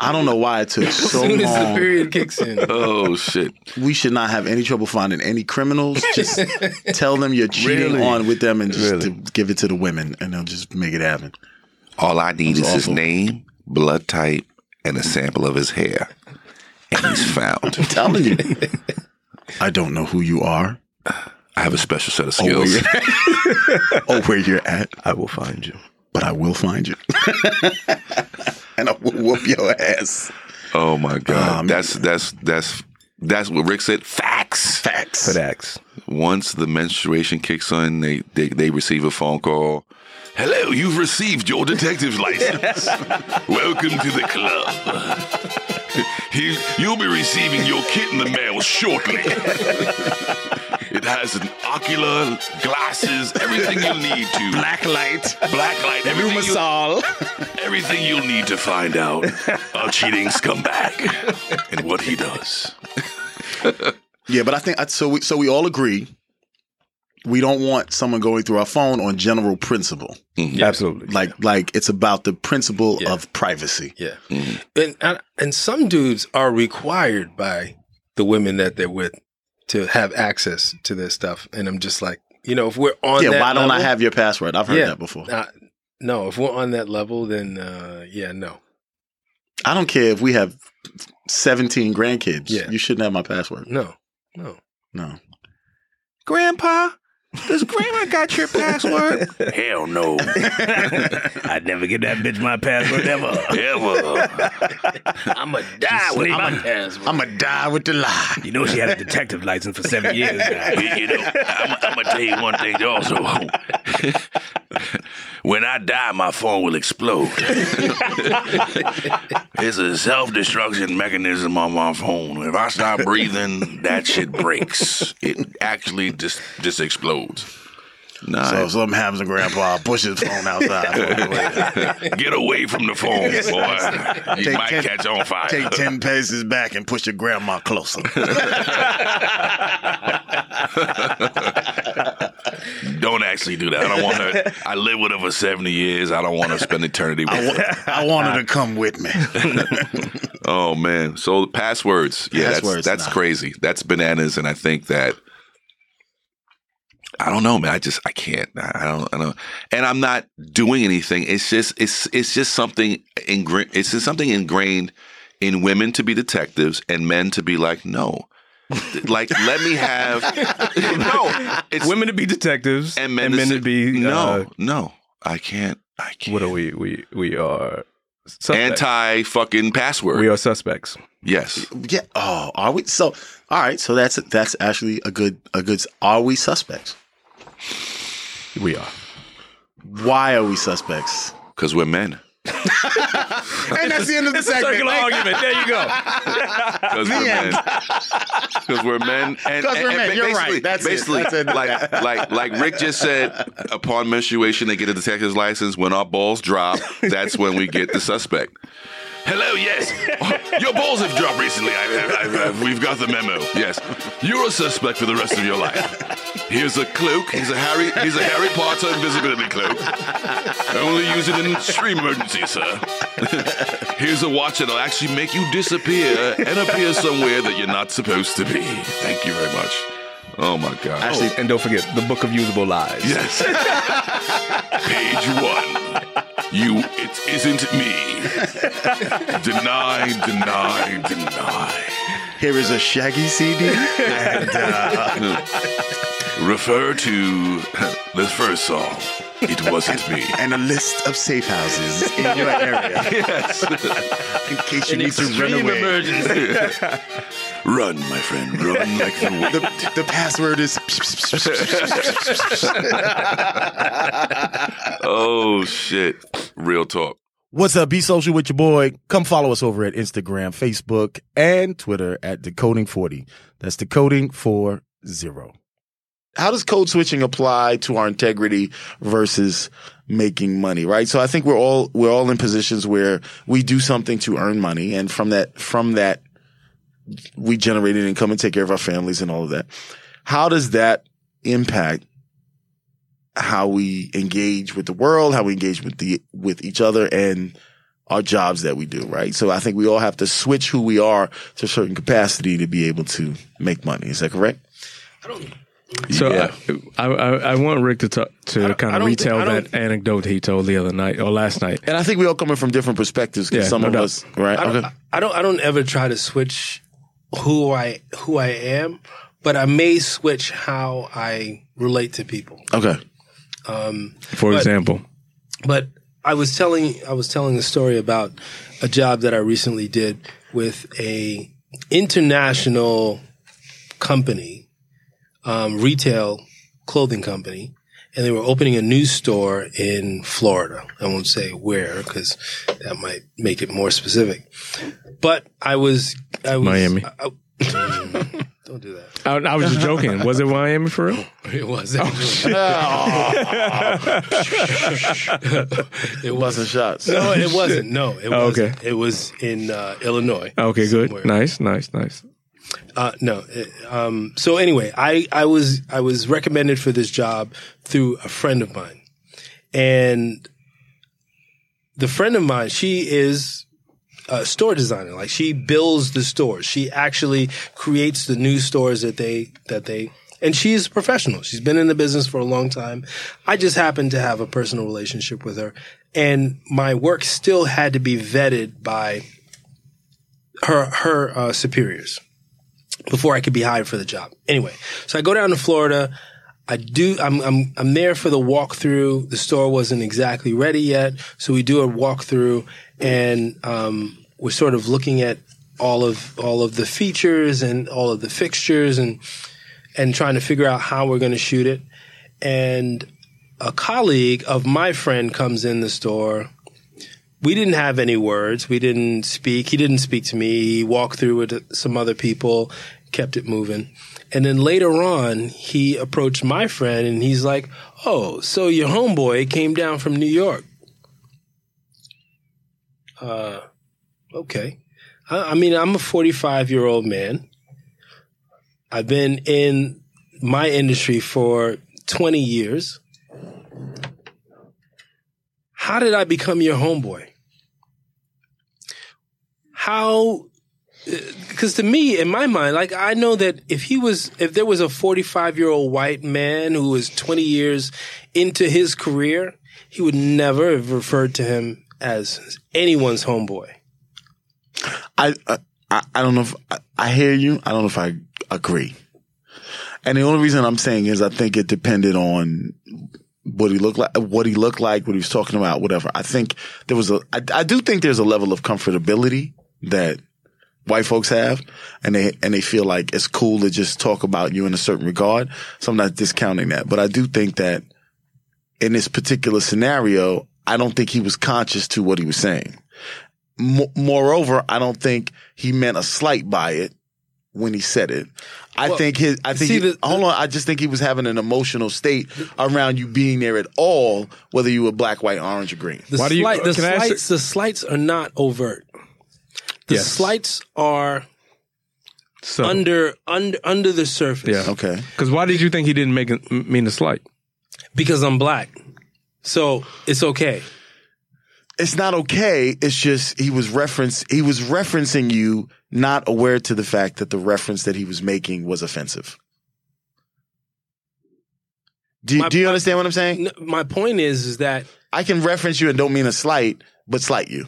Speaker 10: I don't know why it took
Speaker 9: As
Speaker 10: so
Speaker 9: soon as the
Speaker 10: long.
Speaker 9: period kicks in,
Speaker 3: oh shit.
Speaker 10: We should not have any trouble finding any criminals. Just tell them you're cheating
Speaker 9: Really?
Speaker 10: on with them and just to give it to the women and they'll just make it happen.
Speaker 3: All I need
Speaker 10: That's
Speaker 3: is his
Speaker 10: awful.
Speaker 3: name, blood type, and a sample of his hair. And he's found.
Speaker 10: I'm telling you. I don't know who you are
Speaker 3: I have a special set of
Speaker 10: or where,
Speaker 3: skills.
Speaker 10: you're, or Oh, where you're at,
Speaker 11: I will find you.
Speaker 10: but I will find you. and I will whoop your ass.
Speaker 3: Oh my god.
Speaker 10: Um,
Speaker 3: that's that's that's that's what Rick said. Facts.
Speaker 10: Facts.
Speaker 11: FedEx.
Speaker 3: Once the menstruation kicks in, they, they they receive a phone call. Hello, you've received your detective's license. Welcome to the club. Here, you'll be receiving your kit in the mail shortly. It has an ocular, glasses, everything you'll need to. Black light. Black light. Everything you- Everything you'll need to find out a cheating scumbag and what he does.
Speaker 10: Yeah, but I think I- so. We, so we all agree we don't want someone going through our phone on general principle.
Speaker 11: Absolutely.
Speaker 10: Like like it's about the principle
Speaker 9: Yeah.
Speaker 10: of privacy.
Speaker 9: yeah.
Speaker 10: Mm-hmm.
Speaker 9: And and- and some dudes are required by the women that they're with to have access to their stuff. And I'm just like, you know, if we're on
Speaker 10: yeah,
Speaker 9: that
Speaker 10: why don't I
Speaker 9: level-
Speaker 10: have your password? I've heard that before.
Speaker 9: Uh, no, if we're on that level, then uh, yeah, no.
Speaker 10: I don't care if we have 17 grandkids.
Speaker 9: Yeah.
Speaker 10: You shouldn't have my password.
Speaker 9: No. No.
Speaker 10: No.
Speaker 3: Grandpa, does Grandma got your password? Hell no.
Speaker 11: I'd never give that bitch my password ever.
Speaker 3: Ever.
Speaker 9: I'ma die with my password.
Speaker 10: I'm going to die with the lie.
Speaker 11: You know she had a detective license for seven years. Now.
Speaker 3: You know, I'm, I'm going to tell you one thing also. when I die, my phone will explode. it's a self destruction mechanism on my phone. If I stop breathing, that shit breaks. It actually just, just explodes. Nah,
Speaker 10: So if something happens to grandpa, I'll push his phone outside.
Speaker 3: Get away from the phone, boy. You
Speaker 10: Take
Speaker 3: might
Speaker 10: ten-
Speaker 3: catch on fire.
Speaker 10: Take 10 paces back and push your grandma closer.
Speaker 3: Don't actually do that. I don't want to. I live with her for 70 years. I don't want to spend eternity with her.
Speaker 10: I want her to come with me.
Speaker 3: Oh, man. So, passwords. Yeah,
Speaker 10: Passwords,
Speaker 3: that's, that's
Speaker 10: nah.
Speaker 3: crazy. That's bananas. And I think that. I don't know, man. I just I can't. I I don't. I don't. And I'm not doing anything. It's just it's it's just something ingrained. It's just something ingrained in women to be detectives and men to be like no, like let me have no. It's
Speaker 2: Women to be detectives
Speaker 3: and
Speaker 2: and
Speaker 3: men,
Speaker 2: men, to be
Speaker 3: no,
Speaker 2: uh,
Speaker 3: no. I can't. I can't.
Speaker 2: what are we? We we are suspects.
Speaker 3: Anti fucking password.
Speaker 2: We are suspects.
Speaker 3: yes.
Speaker 10: Yeah. Oh, are we? So, all right. So that's that's actually a good a good. Are we suspects?
Speaker 2: We are.
Speaker 10: Why are we suspects?
Speaker 3: Because we're men.
Speaker 10: And that's the end of the
Speaker 2: Circular
Speaker 10: segment.
Speaker 2: argument. There you go.
Speaker 3: Because we're men. Because we're men. And,
Speaker 10: 'Cause
Speaker 3: and-
Speaker 10: we're
Speaker 3: and
Speaker 10: men.
Speaker 3: ba-
Speaker 10: You're right.
Speaker 3: basically-
Speaker 10: That's it.
Speaker 3: basically,
Speaker 10: That's it.
Speaker 3: Like, like, like Rick just said, upon menstruation, they get a detective's license. When our balls drop, that's when we get the suspect.
Speaker 12: Hello, yes. Your balls have dropped recently. I, I, I, we've got the memo. Yes, you're a suspect for the rest of your life. Here's a cloak. He's a Harry. He's a Harry Potter invisibility cloak. Only use it in extreme emergencies, sir. Here's a watch that'll actually make you disappear and appear somewhere that you're not supposed to be. Thank you very much. Oh my God.
Speaker 11: Actually, and don't forget the book of usable lies.
Speaker 12: Yes. Page one. You, it isn't me. deny, deny, deny.
Speaker 10: Here is a Shaggy CD.
Speaker 12: And, uh, refer to the first song. It wasn't me.
Speaker 10: and a list of safe houses in your area.
Speaker 12: Yes.
Speaker 10: In case you need to run away.
Speaker 12: run, my friend. Run like the wind.
Speaker 10: The, the password is.
Speaker 12: oh shit! Real talk.
Speaker 10: What's up? Be social with your boy. Come follow us over at Instagram, Facebook, and Twitter at Decoding40. That's Decoding for zero. How does code switching apply to our integrity versus making money, right? So I think we're all we're all in positions where we do something to earn money and from that from that we generate an income and take care of our families and all of that. How does that impact how we engage with the world, how we engage with the with each other and our jobs that we do, right? So I think we all have to switch who we are to a certain capacity to be able to make money. Is that correct?
Speaker 2: So I, I I want Rick to talk, to kind
Speaker 10: I
Speaker 2: of
Speaker 10: don't
Speaker 2: retell
Speaker 10: think- I don't-
Speaker 2: that anecdote he told the other night or last night.
Speaker 10: And I think we all coming from different perspectives. 'cause
Speaker 2: Yeah,
Speaker 10: some
Speaker 2: no
Speaker 10: of
Speaker 2: doubt.
Speaker 10: us, right?
Speaker 9: I don't,
Speaker 10: Okay.
Speaker 9: I don't. I don't ever try to switch who I who I am, but I may switch how I relate to people.
Speaker 10: Okay.
Speaker 9: Um,
Speaker 2: For
Speaker 9: but-
Speaker 2: example,
Speaker 9: but I was telling I was telling a story about a job that I recently did with a international company, um, retail clothing company, and they were opening a new store in Florida. I won't say where because that might make it more specific. But I was, I was
Speaker 2: Miami.
Speaker 9: I- don't do that.
Speaker 2: I, I was just joking. Was it Miami for real?
Speaker 9: It was. It
Speaker 2: Oh,
Speaker 9: was. it
Speaker 10: wasn't shots.
Speaker 9: No, it wasn't. No, it
Speaker 2: Oh,
Speaker 9: wasn't.
Speaker 2: okay. Oh,
Speaker 9: It was in uh, Illinois.
Speaker 2: Okay, good,
Speaker 9: somewhere.
Speaker 2: nice, nice, nice.
Speaker 9: Uh, no. it- um, so anyway, I, I was I was recommended for this job through a friend of mine, and the friend of mine, she is a store designer. Like she builds the stores. She actually creates the new stores that they that they and she's a professional. She's been in the business for a long time. I just happened to have a personal relationship with her and my work still had to be vetted by her her uh, superiors before I could be hired for the job. Anyway, so I go down to Florida. I do. I'm I'm I'm there for the walkthrough. The store wasn't exactly ready yet, so we do a walkthrough, and um, we're sort of looking at all of all of the features and all of the fixtures and and trying to figure out how we're going to shoot it. And a colleague of my friend comes in the store we didn't have any words. We didn't speak. He didn't speak to me. He walked through with some other people, kept it moving. And then later on, he approached my friend and he's like, Oh, so your homeboy came down from New York. Uh, okay. I, I mean, I'm a 45 year old man. I've been in my industry for 20 years. How did I become your homeboy? How? Because to me, in my mind, like I know that if he was, if there was a 45 year old white man who was 20 years into his career, he would never have referred to him as anyone's homeboy.
Speaker 10: I, I- I, I don't know if I, I hear you. I don't know if I agree. And the only reason I'm saying is I think it depended on what he looked like, what he looked like, what he was talking about, whatever. I think there was a, I, I do think there's a level of comfortability that white folks have and they, and they feel like it's cool to just talk about you in a certain regard. So I'm not discounting that, but I do think that in this particular scenario, I don't think he was conscious to what he was saying. Mo- moreover, I don't think he meant a slight by it when he said it. I
Speaker 9: Well,
Speaker 10: think his, I think,
Speaker 9: see,
Speaker 10: he-
Speaker 9: the-
Speaker 10: hold on, I just think he was having an emotional state around you being there at all, whether you were black, white, orange, or green.
Speaker 9: The, slight, the, slights, the slights are not overt. The slights are under under under the surface.
Speaker 2: Yeah. Okay. Because why did you think he didn't make it m- mean to slight?
Speaker 9: Because I'm black. So it's okay.
Speaker 10: It's not okay. It's just he was reference he was referencing you, not aware to the fact that the reference that he was making was offensive. Do you, do you understand what I'm saying?
Speaker 9: my point is, is that
Speaker 10: I can reference you and don't mean a slight, but slight you.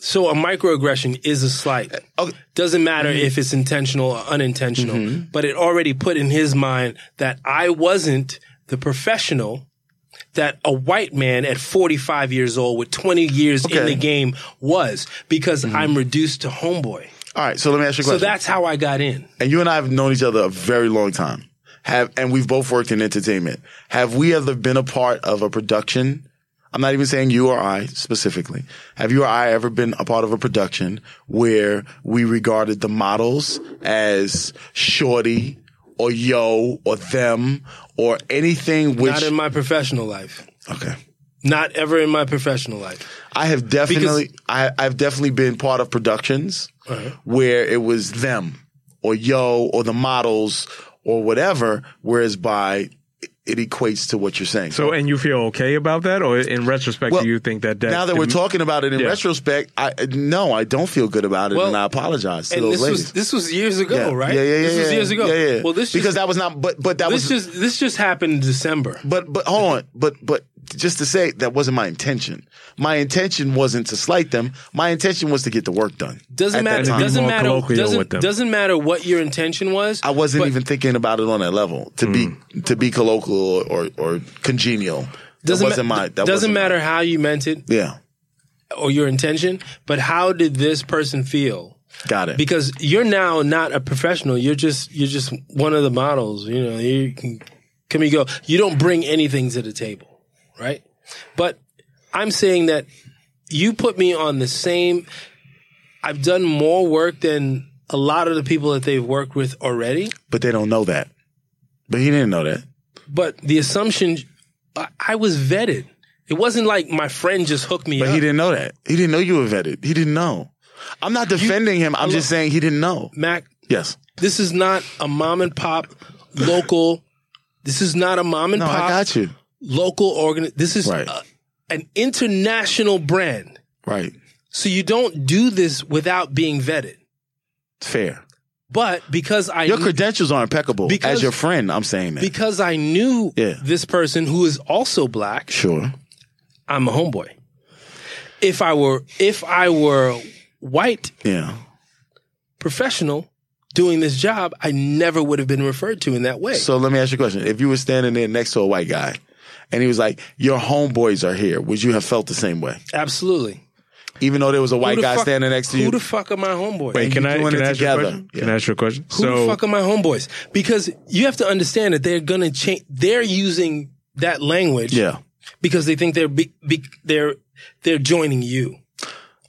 Speaker 9: So a microaggression is a slight.
Speaker 10: Uh,
Speaker 9: Doesn't matter
Speaker 10: Mm-hmm.
Speaker 9: if it's intentional or unintentional, but it already put in his mind that I wasn't the professional that a white man at 45 years old with 20 years in the game was because I'm reduced to homeboy.
Speaker 10: All Mm-hmm. right, so let me ask you a
Speaker 9: So
Speaker 10: question.
Speaker 9: that's how I got in.
Speaker 10: and you and I have known each other a very long time. Have and we've both worked in entertainment. Have we ever been a part of a production? I'm not even saying you or I specifically. Have you or I ever been a part of a production where we regarded the models as shorty or yo or them or anything which
Speaker 9: Not in my professional life.
Speaker 10: Okay.
Speaker 9: Not ever in my professional life.
Speaker 10: I have definitely I, I've definitely been part of productions
Speaker 9: Uh-huh.
Speaker 10: where it was them or yo or the models or whatever, whereas by it equates to what you're saying.
Speaker 2: So, and you feel okay about that, or in retrospect,
Speaker 10: Well,
Speaker 2: do you think that that
Speaker 10: now that we're talking about it in
Speaker 2: Yeah.
Speaker 10: retrospect, I no, I don't feel good about it,
Speaker 2: Well,
Speaker 10: and I apologize to
Speaker 9: and
Speaker 10: those
Speaker 9: this
Speaker 10: ladies.
Speaker 9: was this was years ago,
Speaker 10: Yeah.
Speaker 9: right?
Speaker 10: Yeah, yeah, yeah.
Speaker 9: This was
Speaker 10: yeah.
Speaker 9: years ago.
Speaker 10: Yeah, yeah.
Speaker 9: Well, this
Speaker 10: because
Speaker 9: just,
Speaker 10: that was not. But but that
Speaker 9: this
Speaker 10: was
Speaker 9: just this just happened in December.
Speaker 10: But but hold on. But but just to say that wasn't my intention. My intention wasn't to slight them. My intention was to get the work done.
Speaker 9: Doesn't
Speaker 10: at that
Speaker 9: matter.
Speaker 10: time.
Speaker 9: Doesn't matter. Doesn't, doesn't matter what your intention was.
Speaker 10: I wasn't even thinking about it on that level to
Speaker 3: Mm.
Speaker 10: be to be colloquial or or congenial.
Speaker 9: Doesn't
Speaker 10: that
Speaker 9: ma-
Speaker 10: wasn't my. That
Speaker 9: doesn't
Speaker 10: wasn't,
Speaker 9: matter how you meant it
Speaker 10: Yeah.
Speaker 9: or your intention, but how did this person feel?
Speaker 10: Got it.
Speaker 9: Because you're now not a professional. You're just you're just one of the models. You know, you can come and go. You don't bring anything to the table, right? But I'm saying that you put me on the same. I've done more work than a lot of the people that they've worked with already.
Speaker 10: But they don't know that. But he didn't know that.
Speaker 9: But the assumption, I, I was vetted. It wasn't like my friend just hooked me
Speaker 10: But
Speaker 9: up.
Speaker 10: he didn't know that. He didn't know you were vetted. He didn't know. I'm not defending him. I'm just saying he didn't know.
Speaker 9: Mac,
Speaker 10: Yes.
Speaker 9: this is not a mom and pop local. This is not a mom and
Speaker 10: No, I
Speaker 9: pop.
Speaker 10: got you.
Speaker 9: Local organ. This is
Speaker 10: Right.
Speaker 9: a- an international brand.
Speaker 10: Right.
Speaker 9: So you don't do this without being vetted.
Speaker 10: Fair.
Speaker 9: But because I
Speaker 10: Your
Speaker 9: kn-
Speaker 10: credentials are impeccable.
Speaker 9: Because-
Speaker 10: As your friend, I'm saying that.
Speaker 9: because I knew
Speaker 10: Yeah.
Speaker 9: this person who is also black,
Speaker 10: sure.
Speaker 9: I'm a homeboy. If I were if I were white
Speaker 10: Yeah.
Speaker 9: professional doing this job, I never would have been referred to in that way.
Speaker 10: So let me ask you a question. If you were standing there next to a white guy and he was like, Your homeboys are here, would you have felt the same way?
Speaker 9: Absolutely.
Speaker 10: Even though there was a white
Speaker 9: Who the
Speaker 10: guy
Speaker 9: fuck-
Speaker 10: standing next to
Speaker 9: Who
Speaker 10: you.
Speaker 9: the fuck are my homeboys?
Speaker 2: Wait, can I,
Speaker 10: doing
Speaker 2: can
Speaker 10: it
Speaker 2: I ask you a
Speaker 10: together.
Speaker 2: question? Can I ask you a question?
Speaker 9: Who
Speaker 2: so,
Speaker 9: the fuck are my homeboys? Because you have to understand that they're gonna change. They're using that language,
Speaker 10: Yeah.
Speaker 9: because they think they're be, be, they're they're joining you,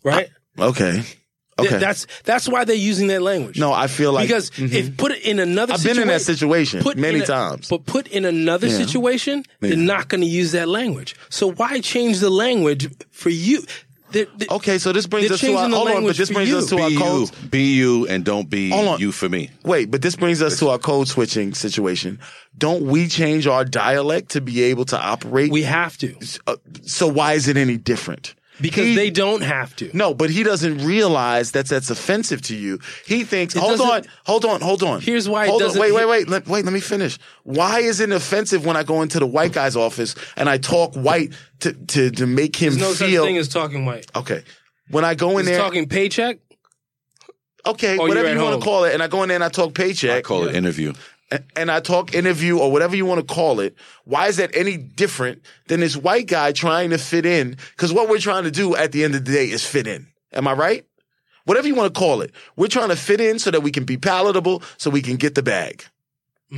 Speaker 9: right?
Speaker 10: Okay.
Speaker 9: Th-
Speaker 10: Okay.
Speaker 9: that's that's why they're using that language.
Speaker 10: no, I feel like
Speaker 9: because
Speaker 10: Mhm.
Speaker 9: if put it in another,
Speaker 10: I've been in that situation
Speaker 9: put
Speaker 10: many
Speaker 9: in a-
Speaker 10: times.
Speaker 9: but put in another
Speaker 10: Yeah.
Speaker 9: situation,
Speaker 10: Yeah.
Speaker 9: they're not going to use that language. So why change the language for you? They're, they
Speaker 10: okay, so this brings us to our hold on, but this brings us to our
Speaker 3: Be you,
Speaker 10: code.
Speaker 3: be you, and don't be
Speaker 10: Hold on.
Speaker 3: you for me.
Speaker 10: Wait, but this brings us to our code switching situation. Don't we change our dialect to be able to operate?
Speaker 9: We have to.
Speaker 10: Uh, So why is it any different?
Speaker 9: because
Speaker 10: He-
Speaker 9: they don't have to.
Speaker 10: No, but he doesn't realize that that's offensive to you. He thinks,
Speaker 9: It
Speaker 10: hold on,
Speaker 9: doesn't-
Speaker 10: hold on, hold on.
Speaker 9: Here's why it
Speaker 10: Hold on,
Speaker 9: doesn't-
Speaker 10: wait, wait, wait, let, wait. Let me finish. Why is it offensive when I go into the white guy's office and I talk white to to, to make him
Speaker 9: There's no such
Speaker 10: feel
Speaker 9: thing as talking white.
Speaker 10: okay? When I go in
Speaker 9: Is
Speaker 10: there,
Speaker 9: talking paycheck?
Speaker 10: okay,
Speaker 9: or
Speaker 10: whatever
Speaker 9: you're at
Speaker 10: you want
Speaker 9: home.
Speaker 10: to call it, and I go in there and I talk paycheck.
Speaker 3: I call it interview.
Speaker 10: a- and I talk interview or whatever you want to call it, why is that any different than this white guy trying to fit in? Because what we're trying to do at the end of the day is fit in. Am I right? Whatever you want to call it, we're trying to fit in so that we can be palatable, so we can get the bag.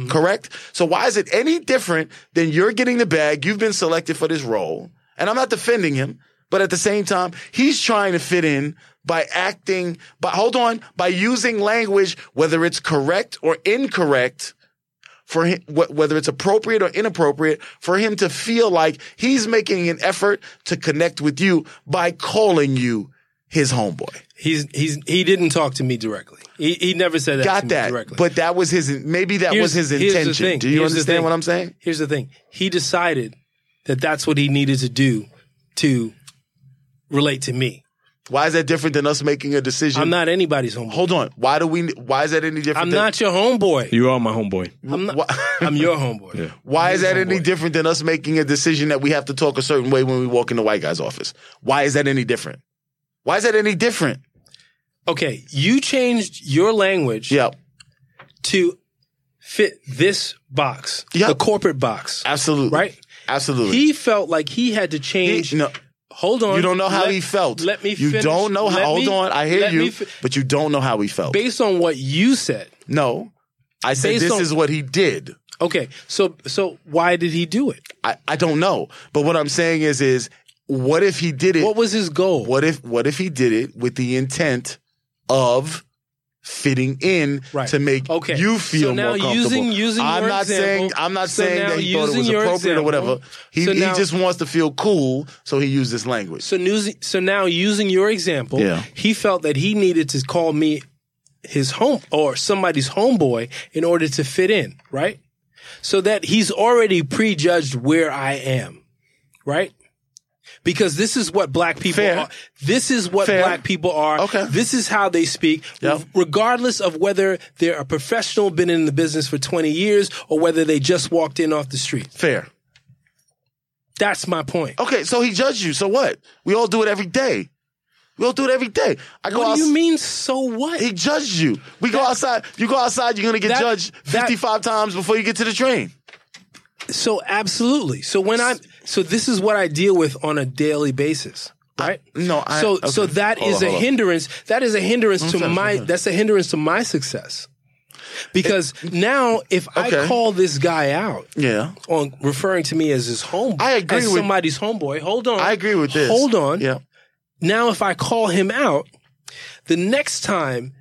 Speaker 10: Correct? So why is it any different than you're getting the bag? You've been selected for this role, and I'm not defending him, but at the same time, he's trying to fit in by acting, by hold on, by using language, whether it's correct or incorrect, for him, wh- whether it's appropriate or inappropriate, for him to feel like he's making an effort to connect with you by calling you his homeboy.
Speaker 9: He's he's he didn't talk to me directly. He he never said that
Speaker 10: Got
Speaker 9: to
Speaker 10: that.
Speaker 9: me directly.
Speaker 10: But that was his maybe that was his
Speaker 9: Here's- here's the
Speaker 10: intention.
Speaker 9: thing.
Speaker 10: Do you
Speaker 9: Here's the
Speaker 10: understand
Speaker 9: thing.
Speaker 10: what I'm saying?
Speaker 9: Here's the thing. He decided that that's what he needed to do to relate to me.
Speaker 10: Why is that different than us making a decision?
Speaker 9: I'm not anybody's homeboy.
Speaker 10: Hold on. Why do we why is that any different
Speaker 9: I'm
Speaker 10: than-
Speaker 9: not your homeboy.
Speaker 2: You are my homeboy.
Speaker 9: I'm not. I'm your homeboy.
Speaker 10: Why is that any different than us making a decision that we have to talk a certain way when we walk in the white guy's office? Why is that any different? Why is that any different?
Speaker 9: Okay, you changed your language.
Speaker 10: Yep.
Speaker 9: To fit this box, the corporate box.
Speaker 10: Absolutely.
Speaker 9: Right.
Speaker 10: Absolutely.
Speaker 9: He felt like he had to change.
Speaker 10: He- no.
Speaker 9: Hold on.
Speaker 10: you don't know how
Speaker 9: Let-
Speaker 10: he felt.
Speaker 9: Let me.
Speaker 10: You
Speaker 9: finish.
Speaker 10: don't know how.
Speaker 9: Let
Speaker 10: Hold
Speaker 9: me-
Speaker 10: on, I hear
Speaker 9: let
Speaker 10: you,
Speaker 9: me fi-
Speaker 10: but you don't know how he felt.
Speaker 9: based on what you said.
Speaker 10: no, I said
Speaker 9: Based
Speaker 10: this
Speaker 9: on-
Speaker 10: is what he did.
Speaker 9: Okay, so so why did he do it?
Speaker 10: I, I don't know, but what I'm saying is is what if he did it? What
Speaker 9: was his goal?
Speaker 10: What if what if he did it with the intent of fitting in
Speaker 9: Right.
Speaker 10: to make
Speaker 9: Okay.
Speaker 10: you feel
Speaker 9: So now
Speaker 10: more comfortable?
Speaker 9: using- using
Speaker 10: I'm
Speaker 9: your
Speaker 10: not saying
Speaker 9: example-
Speaker 10: I'm not
Speaker 9: so
Speaker 10: saying
Speaker 9: now
Speaker 10: that he thought it
Speaker 9: using
Speaker 10: was
Speaker 9: your
Speaker 10: appropriate or
Speaker 9: example-
Speaker 10: whatever. He
Speaker 9: so
Speaker 10: he
Speaker 9: now-
Speaker 10: just wants to feel cool, so he used this language.
Speaker 9: So news. So now, using your example,
Speaker 10: Yeah.
Speaker 9: he felt that he needed to call me his home or somebody's homeboy in order to fit in, right? So that he's already prejudged where I am, right? Because this is what black people are. This is what black people are. Okay. This is how they speak, regardless of whether they're a professional, been in the business for 20 years, or whether they just walked in off the street.
Speaker 10: Fair. Oh,
Speaker 9: That's my point.
Speaker 10: Okay, so he judged you. So what? We all do it every day. We all do it every day. I go
Speaker 9: What do
Speaker 10: outs-
Speaker 9: you mean, so what?
Speaker 10: He judged you. We go outside. You go outside. You're gonna get
Speaker 9: that-
Speaker 10: judged
Speaker 9: that-
Speaker 10: 55 times before you get to the train.
Speaker 9: So absolutely. So when I so this is what I deal with on a daily basis. Right?
Speaker 10: no, I-
Speaker 9: so
Speaker 10: okay.
Speaker 9: so that
Speaker 10: Hold
Speaker 9: is
Speaker 10: on,
Speaker 9: a
Speaker 10: hold on.
Speaker 9: hindrance. That is a hindrance
Speaker 10: I'm
Speaker 9: to
Speaker 10: finished, I'm
Speaker 9: my
Speaker 10: finished.
Speaker 9: that's a hindrance to my success. Because now if I
Speaker 10: Okay.
Speaker 9: call this guy out
Speaker 10: Yeah.
Speaker 9: on referring to me as his homeboy, I
Speaker 10: agree
Speaker 9: as
Speaker 10: with-
Speaker 9: somebody's homeboy, hold on.
Speaker 10: I agree with this.
Speaker 9: Hold on.
Speaker 10: Yeah.
Speaker 9: Now if I call him out, the next time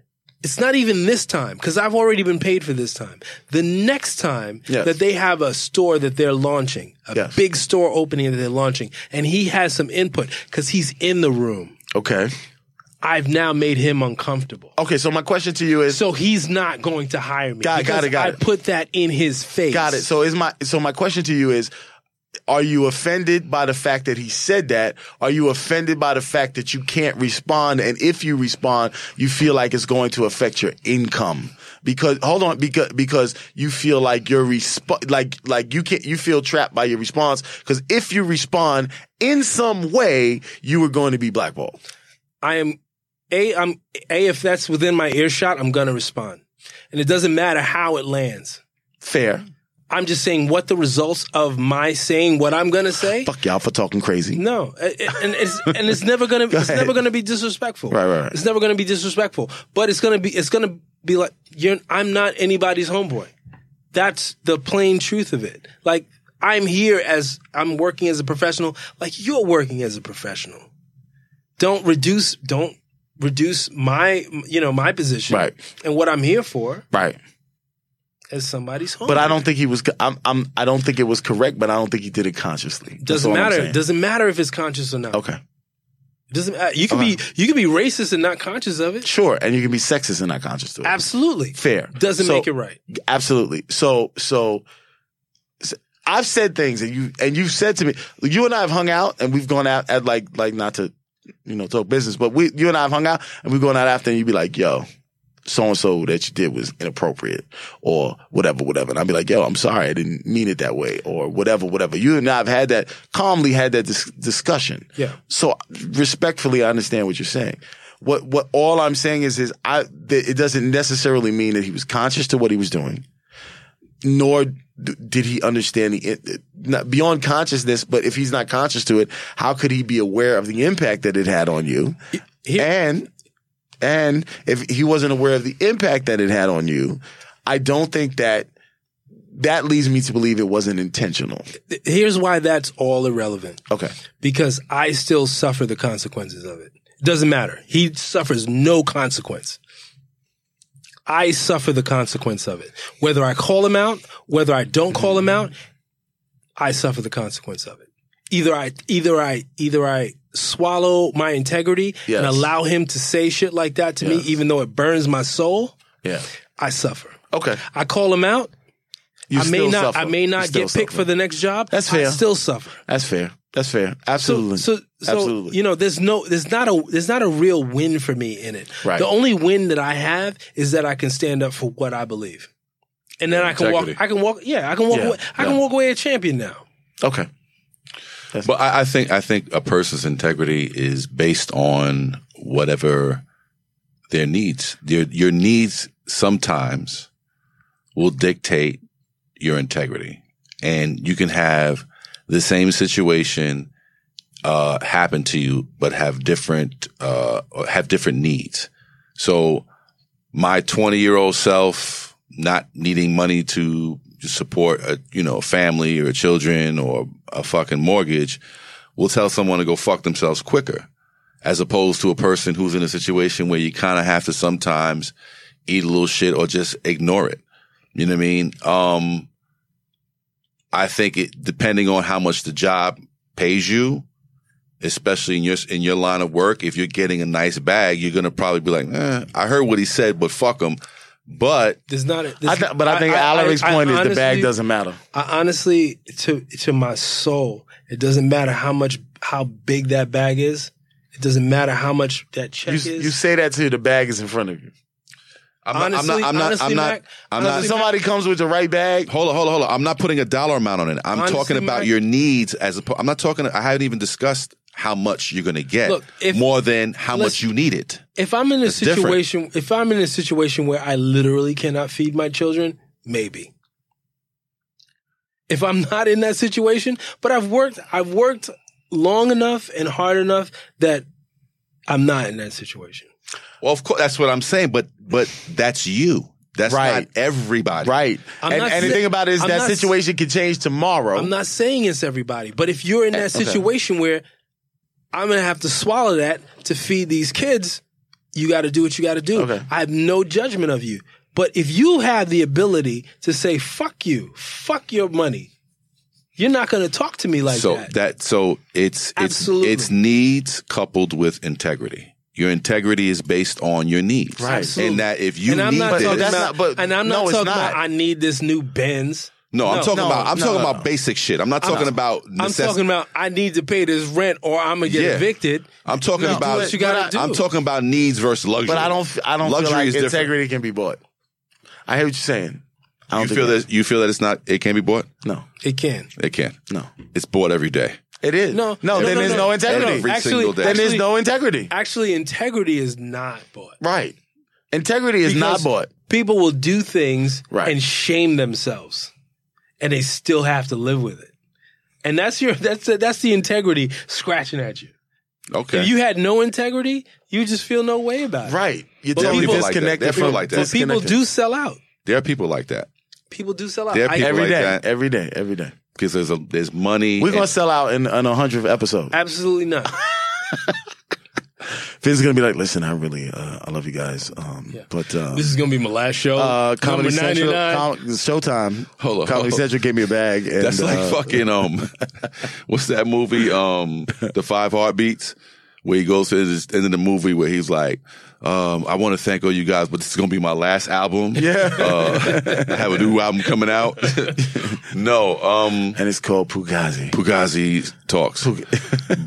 Speaker 9: it's not even this time because I've already been paid for this time. The next time
Speaker 10: Yes.
Speaker 9: that they have a store that they're launching, a
Speaker 10: Yes.
Speaker 9: big store opening that they're launching, and he has some input because he's in the room.
Speaker 10: Okay.
Speaker 9: I've now made him uncomfortable.
Speaker 10: Okay, so my question to you is
Speaker 9: So he's not going to hire me.
Speaker 10: Got it, got
Speaker 9: because
Speaker 10: it, got
Speaker 9: I
Speaker 10: it.
Speaker 9: put that in his face.
Speaker 10: Got it. So is my so my question to you is are you offended by the fact that he said that? Are you offended by the fact that you can't respond? And if you respond, you feel like it's going to affect your income because hold on, because because you feel like your resp- like like you can't you feel trapped by your response because if you respond in some way, you are going to be blackballed.
Speaker 9: I am a I'm a if that's within my earshot, I'm gonna respond, and it doesn't matter how it lands.
Speaker 10: Fair.
Speaker 9: I'm just saying what the results of my saying what I'm gonna say.
Speaker 10: Fuck y'all for talking crazy.
Speaker 9: No, a- a- and it's and it's never gonna
Speaker 10: Go
Speaker 9: it's
Speaker 10: ahead.
Speaker 9: never gonna be disrespectful.
Speaker 10: Right, right, right.
Speaker 9: It's never gonna be disrespectful, but it's gonna be it's gonna be like you're I'm not anybody's homeboy. That's the plain truth of it. Like I'm here as I'm working as a professional. Like you're working as a professional. Don't reduce don't reduce my you know my position
Speaker 10: Right.
Speaker 9: and what I'm here for
Speaker 10: Right.
Speaker 9: as somebody's homeboy.
Speaker 10: But I don't think he was. co- I'm. I'm. I don't think it was correct. But I don't think he did it consciously. That's
Speaker 9: doesn't
Speaker 10: all I'm
Speaker 9: matter.
Speaker 10: saying.
Speaker 9: Doesn't matter if it's conscious or not.
Speaker 10: okay.
Speaker 9: It doesn't uh, you can be you can be racist and not conscious of it.
Speaker 10: Sure, and you can be sexist and not conscious to it.
Speaker 9: Absolutely.
Speaker 10: Fair.
Speaker 9: Doesn't
Speaker 10: So-
Speaker 9: make it right.
Speaker 10: Absolutely. So so s- I've said things and you and you've said to me, you and I have hung out and we've gone out at like like not to you know talk business, but we you and I have hung out and we've gone out after and you'd be like, yo, so and so that you did was inappropriate or whatever, whatever. And I'd be like, yo, I'm sorry, I didn't mean it that way or whatever, whatever. You and I have had that calmly had that dis- discussion.
Speaker 9: Yeah.
Speaker 10: So respectfully, I understand what you're saying. What what all I'm saying is is I th- it doesn't necessarily mean that he was conscious to what he was doing, nor d- did he understand the it, not beyond consciousness. But if he's not conscious to it, how could he be aware of the impact that it had on you? and and if he wasn't aware of the impact that it had on you, I don't think that that leads me to believe it wasn't intentional.
Speaker 9: Th- Here's why that's all irrelevant.
Speaker 10: Okay.
Speaker 9: Because I still suffer the consequences of it. Doesn't matter. He suffers no consequence. I suffer the consequence of it. Whether I call him out, whether I don't call him out, I suffer the consequence of it. either I either I either I swallow my integrity
Speaker 10: Yes.
Speaker 9: and allow him to say shit like that to me, even though it burns my soul.
Speaker 10: Yeah.
Speaker 9: I suffer.
Speaker 10: Okay.
Speaker 9: I call him out.
Speaker 10: You
Speaker 9: I may
Speaker 10: still
Speaker 9: not.
Speaker 10: suffer.
Speaker 9: I may
Speaker 10: You
Speaker 9: not
Speaker 10: still
Speaker 9: get picked
Speaker 10: suffer.
Speaker 9: for the next job.
Speaker 10: That's fair.
Speaker 9: I still suffer.
Speaker 10: That's fair. That's fair. Absolutely.
Speaker 9: So, so
Speaker 10: Absolutely.
Speaker 9: you know, there's no, there's not a, there's not a real win for me in it.
Speaker 10: Right.
Speaker 9: The only win that I have is that I can stand up for what I believe, and then I can walk.
Speaker 3: Integrity.
Speaker 9: I can walk. Yeah, I can walk.
Speaker 3: Yeah,
Speaker 9: away, I can
Speaker 3: yeah.
Speaker 9: walk away a champion now.
Speaker 10: Okay.
Speaker 3: but I, I think I think a person's integrity is based on whatever their needs. Your your needs sometimes will dictate your integrity, and you can have the same situation uh, happen to you, but have different uh, or have different needs. So my 20 year old self not needing money to support a you know a family or children or a fucking mortgage will tell someone to go fuck themselves quicker as opposed to a person who's in a situation where you kind of have to sometimes eat a little shit or just ignore it you know what i mean um i think it depending on how much the job pays you especially in your in your line of work, if you're getting a nice bag, you're gonna probably be like, eh, I heard what he said, but fuck him. But
Speaker 9: There's not. A,
Speaker 3: I th- but I think Alaric's point is the bag doesn't matter.
Speaker 9: I honestly, to to my soul, it doesn't matter how much how big that bag is. It doesn't matter how much that check
Speaker 10: You,
Speaker 9: is.
Speaker 10: you say that to the bag is in front of you.
Speaker 3: I'm not- I'm
Speaker 9: Honestly-
Speaker 3: not, I'm not,
Speaker 9: honestly,
Speaker 3: I'm not,
Speaker 9: Mac,
Speaker 3: I'm not,
Speaker 9: honestly,
Speaker 10: Somebody comes with the right bag.
Speaker 3: Hold on, hold on, hold on. I'm not putting a dollar amount on it. I'm
Speaker 9: Honestly,
Speaker 3: talking about
Speaker 9: Mac-
Speaker 3: your needs as a, I'm not talking, I haven't even discussed how much you're going to get
Speaker 9: Look, if-
Speaker 3: more than how
Speaker 9: let's-
Speaker 3: much you need it.
Speaker 9: If I'm in a
Speaker 3: It's different.
Speaker 9: situation, if I'm in a situation where I literally cannot feed my children, maybe. If I'm not in that situation, but I've worked, I've worked long enough and hard enough that I'm not in that situation.
Speaker 3: Well, of course, that's what I'm saying, but, but that's you. That's
Speaker 10: Right.
Speaker 3: not everybody.
Speaker 10: Right.
Speaker 9: I'm
Speaker 10: and
Speaker 9: not
Speaker 10: and the
Speaker 9: sa-
Speaker 10: thing about it is
Speaker 9: I'm
Speaker 10: that
Speaker 9: not s-
Speaker 10: situation can change tomorrow.
Speaker 9: I'm not saying it's everybody, but if you're in that
Speaker 10: Okay.
Speaker 9: situation where I'm gonna have to swallow that to feed these kids, you got to do what you got to do. I have no judgment of you, but if you have the ability to say "fuck you," "fuck your money," you're not gonna talk to me like
Speaker 3: so
Speaker 9: that.
Speaker 3: so it's it's
Speaker 9: Absolutely.
Speaker 3: it's needs coupled with integrity. Your integrity is based on your needs,
Speaker 9: Absolutely.
Speaker 3: And that if you
Speaker 9: and I'm
Speaker 3: need
Speaker 9: not
Speaker 3: this,
Speaker 9: talking about, and I'm
Speaker 10: no,
Speaker 9: not
Speaker 10: it's
Speaker 9: talking
Speaker 10: not.
Speaker 9: about I need this new Benz.
Speaker 3: no, I'm talking about I'm
Speaker 9: no,
Speaker 3: talking
Speaker 9: no,
Speaker 3: about basic shit. I'm not
Speaker 9: I'm-
Speaker 3: talking about.
Speaker 9: I'm
Speaker 3: necess-
Speaker 9: talking about I need to pay this rent or I'm gonna get
Speaker 3: Yeah.
Speaker 9: evicted.
Speaker 3: I'm talking
Speaker 9: No, do
Speaker 3: about.
Speaker 9: what you gotta
Speaker 3: but I-
Speaker 9: do.
Speaker 3: I'm talking about needs versus luxury.
Speaker 10: But I don't. f- I don't
Speaker 3: Luxury
Speaker 10: feel like
Speaker 3: is different.
Speaker 10: integrity can be bought. I hear what you're saying. I don't
Speaker 3: You
Speaker 10: think
Speaker 3: feel that you feel that it's not. It can be bought.
Speaker 10: No,
Speaker 9: It can.
Speaker 3: it can.
Speaker 10: No,
Speaker 3: it's bought every day.
Speaker 10: It is.
Speaker 9: No,
Speaker 10: No,
Speaker 9: no,
Speaker 10: then
Speaker 9: no,
Speaker 10: there's
Speaker 9: no.
Speaker 10: no integrity.
Speaker 9: Every Actually- single day.
Speaker 10: Then there's
Speaker 9: actually-
Speaker 10: no integrity.
Speaker 9: Actually, integrity is not bought.
Speaker 10: Right. Integrity is not
Speaker 9: Because
Speaker 10: bought.
Speaker 9: People will do things and shame themselves, and they still have to live with it. And that's your that's the, that's the integrity scratching at you.
Speaker 3: Okay.
Speaker 9: If you had no integrity, you just feel no way about it.
Speaker 10: Right. You're
Speaker 9: But
Speaker 3: definitely
Speaker 9: people-
Speaker 3: disconnected Definitely from- like that.
Speaker 9: But people
Speaker 3: disconnected.
Speaker 9: do sell out.
Speaker 3: There are people like that.
Speaker 9: People do sell out.
Speaker 3: There are people like
Speaker 9: day.
Speaker 3: that
Speaker 10: every day. Every day.
Speaker 3: Because there's a there's money.
Speaker 10: We're gonna
Speaker 3: and-
Speaker 10: sell out in on a hundredth episode.
Speaker 9: Absolutely not.
Speaker 10: Finn's gonna be like, listen, I really, uh, I love you guys, um, but um,
Speaker 9: This is gonna be my last show.
Speaker 10: uh, Comedy
Speaker 9: Number
Speaker 10: Central,
Speaker 9: 99.
Speaker 10: Com- Showtime.
Speaker 3: Hold on,
Speaker 10: Comedy
Speaker 3: hold on.
Speaker 10: Central gave me a bag. And,
Speaker 3: Oh. That's like
Speaker 10: uh,
Speaker 3: fucking um, what's that movie? Um, the Five Heartbeats, where he goes to his end of the movie where he's like, um, I want to thank all you guys, but this is gonna be my last album.
Speaker 10: Yeah.
Speaker 3: uh, I have a new album coming out. no, um,
Speaker 10: and it's called Pugazi.
Speaker 3: Pugazi talks,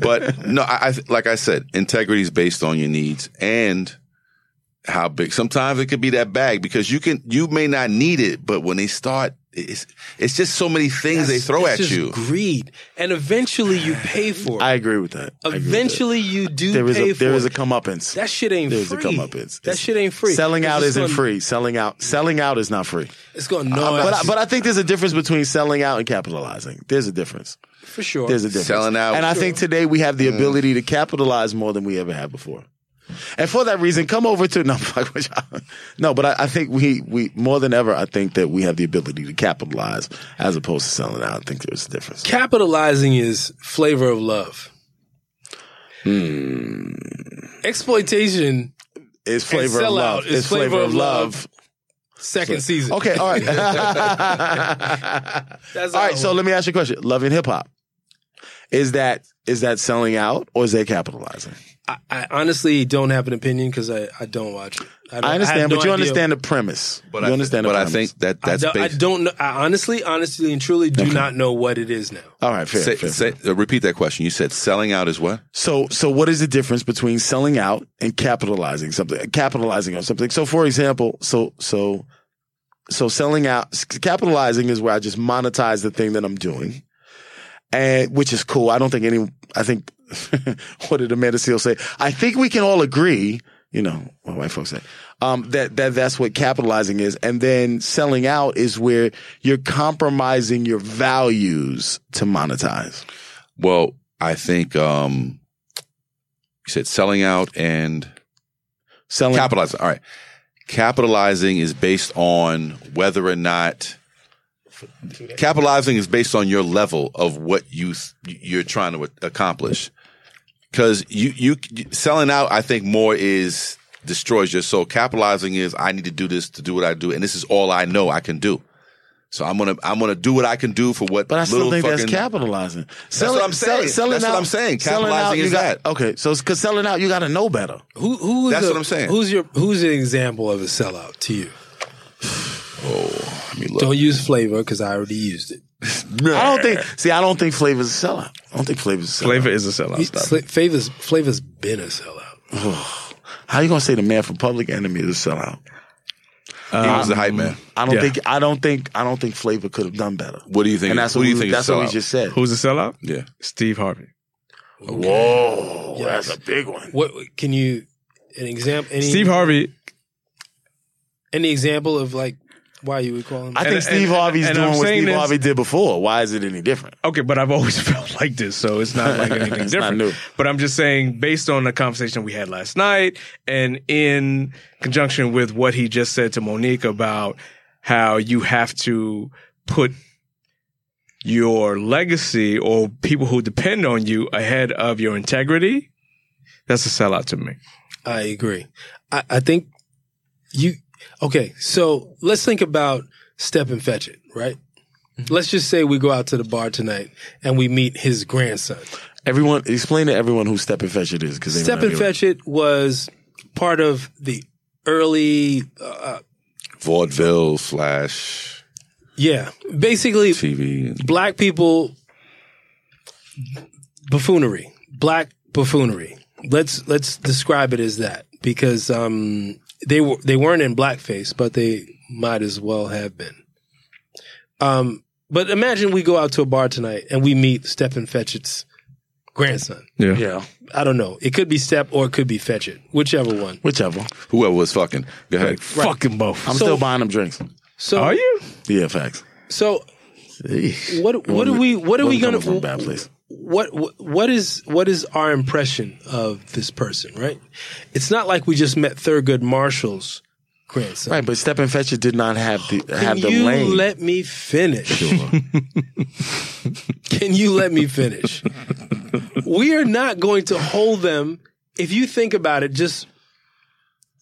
Speaker 3: but no, I, I like I said, integrity is based on your needs and how big. Sometimes it could be that bag because you can you may not need it, but when they start, it's it's just so many things they
Speaker 9: That's-
Speaker 3: throw
Speaker 9: it's
Speaker 3: at
Speaker 9: just
Speaker 3: you.
Speaker 9: Greed, and eventually you pay for it.
Speaker 10: I agree with that. I agree with that.
Speaker 9: Eventually, you do
Speaker 10: There is
Speaker 9: pay
Speaker 10: a,
Speaker 9: for
Speaker 10: there is
Speaker 9: it.
Speaker 10: a comeuppance.
Speaker 9: That shit ain't
Speaker 10: There's
Speaker 9: free.
Speaker 10: a comeuppance.
Speaker 9: That shit ain't free.
Speaker 10: Selling
Speaker 9: It's
Speaker 10: out
Speaker 9: just
Speaker 10: isn't
Speaker 9: gonna-
Speaker 10: free. Selling out. Selling out is not free.
Speaker 9: It's gonna
Speaker 3: Oh,
Speaker 9: gnaw
Speaker 10: Uh, but,
Speaker 9: at
Speaker 10: I,
Speaker 9: you.
Speaker 10: but I think there's a difference between selling out and capitalizing. There's a difference.
Speaker 9: for sure.
Speaker 10: There's a difference.
Speaker 3: Selling out.
Speaker 10: And I think today we have the
Speaker 3: Mm.
Speaker 10: ability to capitalize more than we ever had before. And for that reason, come over to no, fuck what y'all- no. But I, I think we we more than ever. I think that we have the ability to capitalize as opposed to selling out. I think there's a difference.
Speaker 9: Capitalizing is flavor of love. Exploitation
Speaker 10: It's
Speaker 9: and
Speaker 10: Hmm. flavor of
Speaker 9: sellout
Speaker 10: love.
Speaker 9: is
Speaker 10: It's flavor, of love.
Speaker 9: Second season.
Speaker 10: Okay, all right.
Speaker 9: That's
Speaker 10: all right, so let me ask you a question. Loving hip hop. Is that is that selling out or is that capitalizing?
Speaker 9: I, I honestly don't have an opinion because I, I don't watch it. don't-
Speaker 10: I,
Speaker 9: have
Speaker 10: understand,
Speaker 9: no
Speaker 10: but you
Speaker 9: idea.
Speaker 10: understand the premise.
Speaker 3: But
Speaker 10: you
Speaker 3: I-
Speaker 10: understand the
Speaker 3: but I
Speaker 10: premise.
Speaker 3: think that
Speaker 9: I
Speaker 3: that's
Speaker 9: don't, I
Speaker 3: based.
Speaker 9: don't know. I honestly, honestly, and truly do not know what it is now.
Speaker 10: All right, fair,
Speaker 3: Say-
Speaker 10: fair.
Speaker 3: say- uh, repeat that question. You said selling out is what?
Speaker 10: So, so what is the difference between selling out and capitalizing something? Capitalizing on something. So, for example, so so so selling out, s- capitalizing is where I just monetize the thing that I'm doing, and which is cool. I don't think any. I think what did Amanda Seal say? I think we can all agree. You know what white folks say. Um, that that that's what capitalizing is, and then selling out is where you're compromising your values to monetize.
Speaker 3: Well, I think um, you said selling out and
Speaker 10: selling
Speaker 3: capitalizing. All right, capitalizing is based on whether or not capitalizing is based on your level of what you you're trying to accomplish. Because you you selling out, I think more is destroys your soul. Capitalizing is I need to do this to do what I do, and this is all I know I can do. So I'm gonna I'm gonna do what I can do for what.
Speaker 10: But I still
Speaker 3: little
Speaker 10: think that's
Speaker 3: fucking-
Speaker 10: capitalizing.
Speaker 3: That's what I'm
Speaker 10: sell-
Speaker 3: saying. That's what I'm saying.
Speaker 10: selling
Speaker 3: Capitalizing
Speaker 10: you
Speaker 3: is
Speaker 10: got- Okay, so because selling out, you got to know better.
Speaker 9: Who who? is
Speaker 10: That's
Speaker 9: a-
Speaker 10: what I'm saying.
Speaker 9: Who's your who's an example of a sellout to you?
Speaker 3: Oh, let me look.
Speaker 9: Don't use flavor because I already used it.
Speaker 10: I don't think. See, I don't think flavor's a sellout. I don't think flavor's a sellout.
Speaker 2: Flavor is a sellout. Stop.
Speaker 9: Fla- Flavor's flavor's been a sellout.
Speaker 10: How you gonna say the man from Public Enemy is a sellout?
Speaker 3: He was the
Speaker 10: Uh,
Speaker 3: hype man.
Speaker 10: I don't
Speaker 3: Yeah.
Speaker 10: think. I don't think. I don't think Flavor could have done better.
Speaker 3: What do you think?
Speaker 10: And that's
Speaker 3: who
Speaker 10: what
Speaker 3: do you
Speaker 10: we-
Speaker 3: think? is
Speaker 10: that's what we
Speaker 3: sellout?
Speaker 10: just said.
Speaker 2: Who's the sellout?
Speaker 3: Yeah.
Speaker 2: Steve Harvey.
Speaker 10: Whoa,
Speaker 9: that's a
Speaker 10: big one.
Speaker 9: What can you an example? Any,
Speaker 2: Steve Harvey.
Speaker 9: Any example of like why you would call him?
Speaker 10: I think
Speaker 2: And-
Speaker 10: Steve
Speaker 2: and-
Speaker 10: Harvey's
Speaker 2: and
Speaker 10: doing
Speaker 2: I'm
Speaker 10: what
Speaker 2: saying
Speaker 10: Steve
Speaker 2: this-
Speaker 10: Harvey did before. Why is it any different?
Speaker 2: Okay, but I've always felt like this, so it's not like anything
Speaker 10: It's not
Speaker 2: different.
Speaker 10: new.
Speaker 2: But I'm just saying, based on the conversation we had last night, and in conjunction with what he just said to Monique about how you have to put your legacy or people who depend on you ahead of your integrity, that's a sellout to me.
Speaker 9: I agree. I, I think you okay. So let's think about step and fetch it, right? Let's just say we go out to the bar tonight and we meet his grandson.
Speaker 10: Everyone, explain to everyone who Step and Fetch it is because
Speaker 9: Step and Fetch It was part of the early, uh,
Speaker 3: vaudeville slash
Speaker 9: yeah, basically
Speaker 3: TV.
Speaker 9: black people buffoonery, black buffoonery. Let's let's describe it as that because um, they were they weren't in blackface, but they might as well have been. Um, but imagine we go out to a bar tonight and we meet Stephen Fetchit's grandson.
Speaker 2: Yeah.
Speaker 10: Yeah.
Speaker 9: I don't know. It could be Step or it could be Fetchit, whichever one.
Speaker 10: Whichever.
Speaker 3: Whoever was fucking. Go ahead.
Speaker 2: Fucking both.
Speaker 10: I'm
Speaker 9: So-
Speaker 10: still buying them drinks.
Speaker 9: So
Speaker 2: Are you?
Speaker 10: Yeah, facts.
Speaker 9: So
Speaker 10: Eesh.
Speaker 9: what what are
Speaker 10: Wasn't-
Speaker 9: we what are we
Speaker 10: wasn't
Speaker 9: gonna
Speaker 10: coming from a bad place?
Speaker 9: what what- what is what is our impression of this person, right? It's not like we just met Thurgood Marshall's grandson.
Speaker 10: Right, but Step and Fetch It did not have the have the
Speaker 9: Can you
Speaker 10: lane.
Speaker 9: let me finish? Can you let me finish? we are not going to hold them. If you think about it, just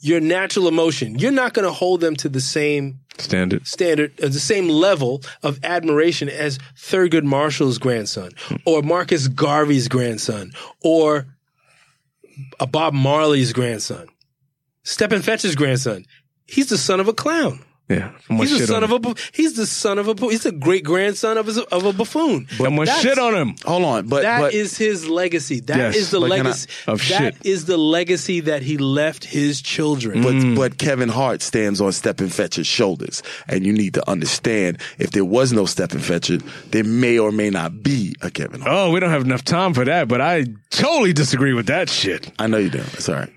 Speaker 9: your natural emotion, you're not going to hold them to the same
Speaker 2: Standard.
Speaker 9: standard, uh, the same level of admiration as Thurgood Marshall's grandson, or Marcus Garvey's grandson, or a Bob Marley's grandson, Step and Fetch's grandson. He's the son of a clown.
Speaker 2: Yeah.
Speaker 9: He's the son of a bu- he's the son of a bu- he's the great grandson of his, of a buffoon.
Speaker 2: Someone
Speaker 9: That's-
Speaker 2: shit on him.
Speaker 10: Hold on, but
Speaker 9: that
Speaker 10: but,
Speaker 9: is his legacy. That is
Speaker 10: Yes,
Speaker 9: the
Speaker 10: but can I-
Speaker 9: legacy
Speaker 10: of
Speaker 9: That
Speaker 10: shit.
Speaker 9: is the legacy that he left his children.
Speaker 10: but but Kevin Hart stands on Step and Fetch It's shoulders, and you need to understand if there was no Step and Fetch It, there may or may not be a Kevin Hart.
Speaker 2: Oh, we don't have enough time for that, but I totally disagree with that shit.
Speaker 10: I know you do. It's all right.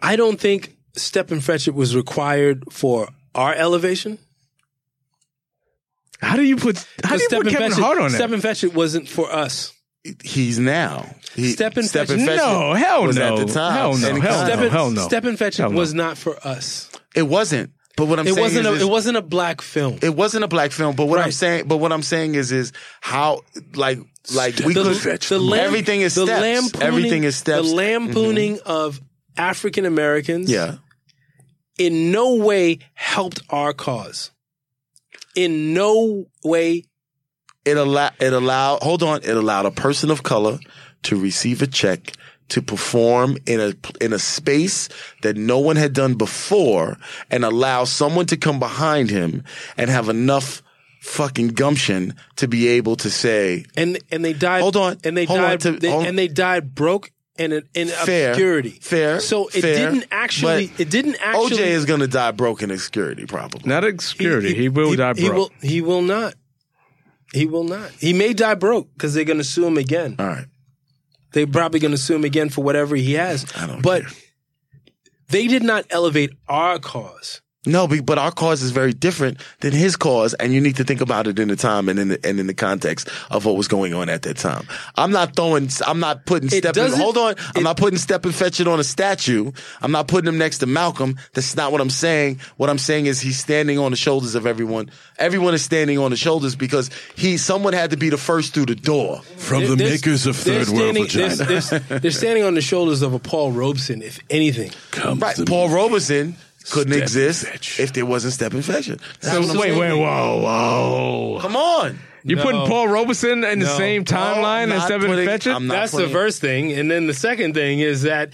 Speaker 9: I don't think step and fetch it was required for our elevation.
Speaker 2: How do you put how do you
Speaker 9: Step
Speaker 2: put
Speaker 9: and
Speaker 2: Kevin
Speaker 9: fetch it-
Speaker 2: Hart on that?
Speaker 9: Step and fetch it wasn't for us.
Speaker 10: He's now. He,
Speaker 9: Step and
Speaker 10: Step
Speaker 9: fetch.
Speaker 10: and Fetch It
Speaker 2: No, hell
Speaker 10: was
Speaker 2: no.
Speaker 10: At the time.
Speaker 2: Hell no,
Speaker 10: And
Speaker 2: hell
Speaker 9: step
Speaker 2: no,
Speaker 9: and,
Speaker 2: hell no.
Speaker 9: Step and fetch it
Speaker 2: Hell no.
Speaker 9: was not for us.
Speaker 10: It wasn't. But what I'm
Speaker 9: it
Speaker 10: saying
Speaker 9: wasn't.
Speaker 10: is,
Speaker 9: a,
Speaker 10: is-
Speaker 9: it wasn't a black film.
Speaker 10: It wasn't a black film, but what I'm
Speaker 9: Right.
Speaker 10: saying, but what I'm saying is, is how like like we
Speaker 9: The-
Speaker 10: could
Speaker 9: the lam-
Speaker 10: everything is
Speaker 9: the
Speaker 10: steps.
Speaker 9: lampooning-
Speaker 10: Everything is steps. Mm-hmm.
Speaker 9: The lampooning of African Americans
Speaker 10: Yeah.
Speaker 9: in no way helped our cause. In no way
Speaker 10: It allowed it allowed hold on, it allowed a person of color to receive a check to perform in a in a space that no one had done before and allow someone to come behind him and have enough fucking gumption to be able to say
Speaker 9: and and they died. Hold on, and they
Speaker 10: hold on
Speaker 9: died.
Speaker 10: to-
Speaker 9: they-
Speaker 10: hold-
Speaker 9: and they died broke and in, in
Speaker 10: Fair,
Speaker 9: obscurity.
Speaker 10: fair.
Speaker 9: So it
Speaker 10: fair,
Speaker 9: didn't
Speaker 10: but
Speaker 9: actually. It didn't actually.
Speaker 10: OJ is going to die broken in obscurity probably.
Speaker 2: Not obscurity. He, will die
Speaker 9: He will. He will not. He will not. He may die broke because they're going to sue him again.
Speaker 10: All right.
Speaker 9: They're probably going to sue him again for whatever he has. I don't but they did not elevate our cause.
Speaker 10: No, be- but our cause is very different than his cause, and you need to think about it in the time and in the, and in the context of what was going on at that time. I'm not throwing, I'm not putting
Speaker 9: It
Speaker 10: step.
Speaker 9: doesn't-
Speaker 10: Hold on, I'm not putting step and fetch it on a statue. I'm not putting him next to Malcolm. That's not what I'm saying. What I'm saying is he's standing on the shoulders of everyone. Everyone is standing on the shoulders because he someone had to be the first through the door
Speaker 9: They're- they're- they're standing- they're- They're, they're standing on the shoulders of a Paul Robeson, if anything.
Speaker 10: right, Paul Robeson couldn't exist if there wasn't step and fetch. it. That's
Speaker 2: So
Speaker 10: what I'm
Speaker 2: wait,
Speaker 10: saying.
Speaker 2: wait,
Speaker 9: Oh,
Speaker 2: whoa, whoa.
Speaker 10: Come on.
Speaker 2: You're putting
Speaker 9: No.
Speaker 2: Paul Robeson in the
Speaker 9: No.
Speaker 2: same timeline as Seven Fetchit?
Speaker 9: That's the first thing, and then the second thing is that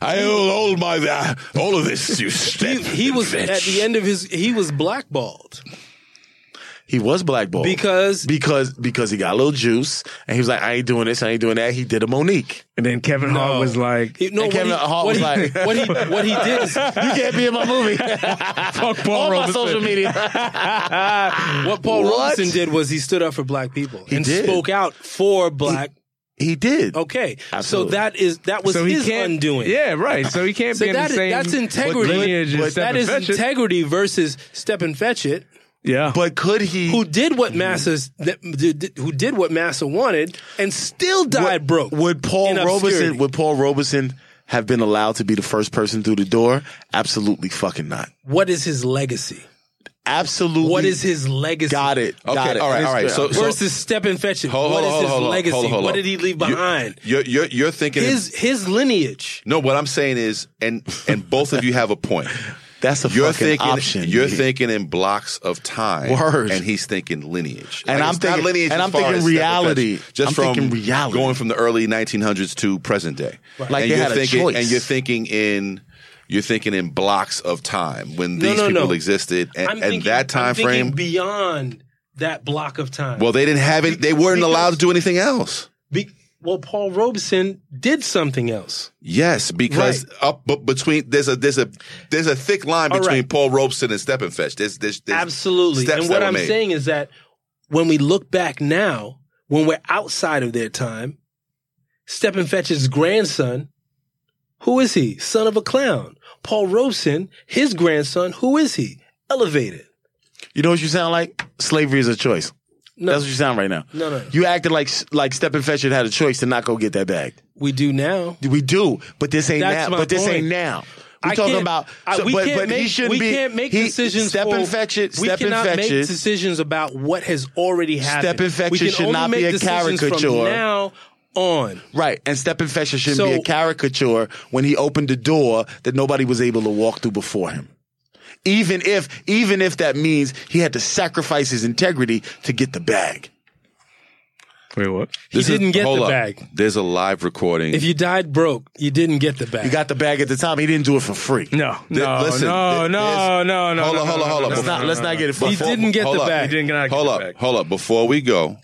Speaker 12: I will
Speaker 10: oh,
Speaker 12: hold my
Speaker 10: uh,
Speaker 12: all of this. You step.
Speaker 9: he, he was at the end of his. He was blackballed.
Speaker 10: He was blackballed
Speaker 9: because
Speaker 10: because because he got a little juice and he was like, I ain't doing this, I ain't doing that. He did a Monique,
Speaker 2: and then Kevin Hart was like,
Speaker 9: He- no,
Speaker 10: and
Speaker 9: what
Speaker 10: Kevin
Speaker 9: he-
Speaker 10: Hart
Speaker 9: what
Speaker 10: was
Speaker 9: he-
Speaker 10: like,
Speaker 9: what he- what he did is-
Speaker 10: you can't be in my movie.
Speaker 2: Fuck
Speaker 9: Paul
Speaker 10: on my
Speaker 9: Robeson.
Speaker 10: social media.
Speaker 9: What Paul
Speaker 10: What?
Speaker 9: Robeson did was he stood up for black people
Speaker 10: He
Speaker 9: and
Speaker 10: did.
Speaker 9: spoke out for black.
Speaker 10: He, did.
Speaker 9: Okay,
Speaker 10: Absolutely.
Speaker 9: so that is that was
Speaker 2: So he
Speaker 9: his
Speaker 2: can't-
Speaker 9: undoing.
Speaker 2: yeah, right. So he can't be in the
Speaker 9: that is-
Speaker 2: same
Speaker 9: That's integrity.
Speaker 2: lineage as Step
Speaker 9: that
Speaker 2: and
Speaker 9: is
Speaker 2: Fetch It.
Speaker 9: integrity versus step and fetch it.
Speaker 2: Yeah.
Speaker 10: But could he? Mm-hmm.
Speaker 9: Who did what Massa's? that- did- did- Who did what Massa wanted and still died broke?
Speaker 10: Would Paul
Speaker 9: in
Speaker 10: Robeson
Speaker 9: obscurity.
Speaker 10: would Paul Robeson have been allowed to be the first person through the door? Absolutely fucking not.
Speaker 9: What is his legacy?
Speaker 10: Absolutely.
Speaker 9: What is his legacy? Got
Speaker 10: it.
Speaker 3: Okay, Got it. all right, all right. So- so-
Speaker 9: versus step and fetch it.
Speaker 3: Hold-
Speaker 9: what
Speaker 3: hold-
Speaker 9: is
Speaker 3: hold-
Speaker 9: his
Speaker 3: hold on,
Speaker 9: legacy?
Speaker 3: hold on, hold
Speaker 9: What
Speaker 3: on.
Speaker 9: did he leave behind?
Speaker 3: You're you're, you're thinking
Speaker 9: his his lineage.
Speaker 3: No, what I'm saying is, and and both of you have a point.
Speaker 10: That's a
Speaker 3: you're
Speaker 10: fucking
Speaker 3: thinking,
Speaker 10: option.
Speaker 3: You're thinking in blocks of time,
Speaker 10: Word.
Speaker 3: and he's thinking lineage.
Speaker 10: And I'm
Speaker 3: it's not
Speaker 10: thinking-
Speaker 3: lineage
Speaker 10: and
Speaker 3: as
Speaker 10: I'm
Speaker 3: far
Speaker 10: thinking
Speaker 3: as step and
Speaker 10: reality.
Speaker 3: fetch, Just
Speaker 10: I'm
Speaker 3: from
Speaker 10: thinking reality.
Speaker 3: going from the early 1900s to present day.
Speaker 10: Right. Like
Speaker 3: and
Speaker 10: they
Speaker 3: you're
Speaker 10: had a
Speaker 3: thinking,
Speaker 10: choice.
Speaker 3: And you're thinking in. You're thinking in blocks of time when
Speaker 9: No,
Speaker 3: these
Speaker 9: no, no.
Speaker 3: people existed, and,
Speaker 9: I'm
Speaker 3: and
Speaker 9: thinking-
Speaker 3: that time
Speaker 9: I'm thinking
Speaker 3: frame.
Speaker 9: beyond that block of time.
Speaker 3: Well, they didn't have it. They weren't allowed to do anything else.
Speaker 9: Be, well, Paul Robeson did something else.
Speaker 3: Yes, because up but between there's a there's a there's a thick line
Speaker 9: All
Speaker 3: between
Speaker 9: right.
Speaker 3: Paul Robeson and Steppenfetch. There's there's, there's
Speaker 9: Absolutely.
Speaker 3: steps
Speaker 9: And what
Speaker 3: that were
Speaker 9: I'm
Speaker 3: made.
Speaker 9: saying is that when we look back now, when we're outside of their time, Steppenfetch's grandson, who is he? Son of a clown. Paul Robeson, his grandson, who is he? Elevated.
Speaker 10: You know what you sound like? Slavery is a choice. That's what you sound right now.
Speaker 9: No, no.
Speaker 10: You acted like like Step and Fetch had a choice to not go get that bag.
Speaker 9: We do now.
Speaker 10: We do, but this ain't
Speaker 9: That's
Speaker 10: now.
Speaker 9: my
Speaker 10: But this
Speaker 9: point.
Speaker 10: ain't now.
Speaker 9: I
Speaker 10: We're talking
Speaker 9: can't-
Speaker 10: about.
Speaker 9: I-
Speaker 10: so-
Speaker 9: we
Speaker 10: but,
Speaker 9: can't
Speaker 10: but
Speaker 9: make,
Speaker 10: he shouldn't
Speaker 9: we
Speaker 10: be.
Speaker 9: can't make
Speaker 10: he-
Speaker 9: decisions.
Speaker 10: Step
Speaker 9: for-
Speaker 10: and fetch it.
Speaker 9: We
Speaker 10: Step and
Speaker 9: cannot
Speaker 10: fetch
Speaker 9: make
Speaker 10: it.
Speaker 9: decisions about what has already happened.
Speaker 10: Step and fetch
Speaker 9: We
Speaker 10: it
Speaker 9: can
Speaker 10: should
Speaker 9: only
Speaker 10: not be
Speaker 9: make
Speaker 10: a
Speaker 9: decisions from
Speaker 10: caricature.
Speaker 9: Now on,
Speaker 10: Right, and step and fetch it shouldn't be
Speaker 9: So-
Speaker 10: a caricature when he opened the door that nobody was able to walk through before him. Even if, even if that means he had to sacrifice his integrity to get the bag.
Speaker 2: Wait, what?
Speaker 9: He didn't get
Speaker 3: hold
Speaker 9: the
Speaker 3: up.
Speaker 9: bag.
Speaker 3: There's a live recording.
Speaker 9: if you died broke, you didn't get the
Speaker 10: He
Speaker 9: bag.
Speaker 10: got the bag at the time. He didn't do it for free.
Speaker 2: No, no,
Speaker 3: listen,
Speaker 2: no, no,
Speaker 3: th- there's-
Speaker 2: no, no.
Speaker 3: Hold
Speaker 2: no,
Speaker 3: up,
Speaker 2: no,
Speaker 3: hold up,
Speaker 2: no,
Speaker 3: hold
Speaker 2: no,
Speaker 3: up.
Speaker 2: no,
Speaker 10: Let's not-
Speaker 2: no,
Speaker 10: let's
Speaker 2: no,
Speaker 10: not
Speaker 2: no.
Speaker 10: get it
Speaker 9: He
Speaker 10: fucked up.
Speaker 9: didn't get
Speaker 3: Hold
Speaker 9: the
Speaker 3: up.
Speaker 9: bag. Hmm.
Speaker 2: He didn't get
Speaker 3: Hold
Speaker 2: the
Speaker 3: up,
Speaker 2: bag.
Speaker 3: hold up. Before we go,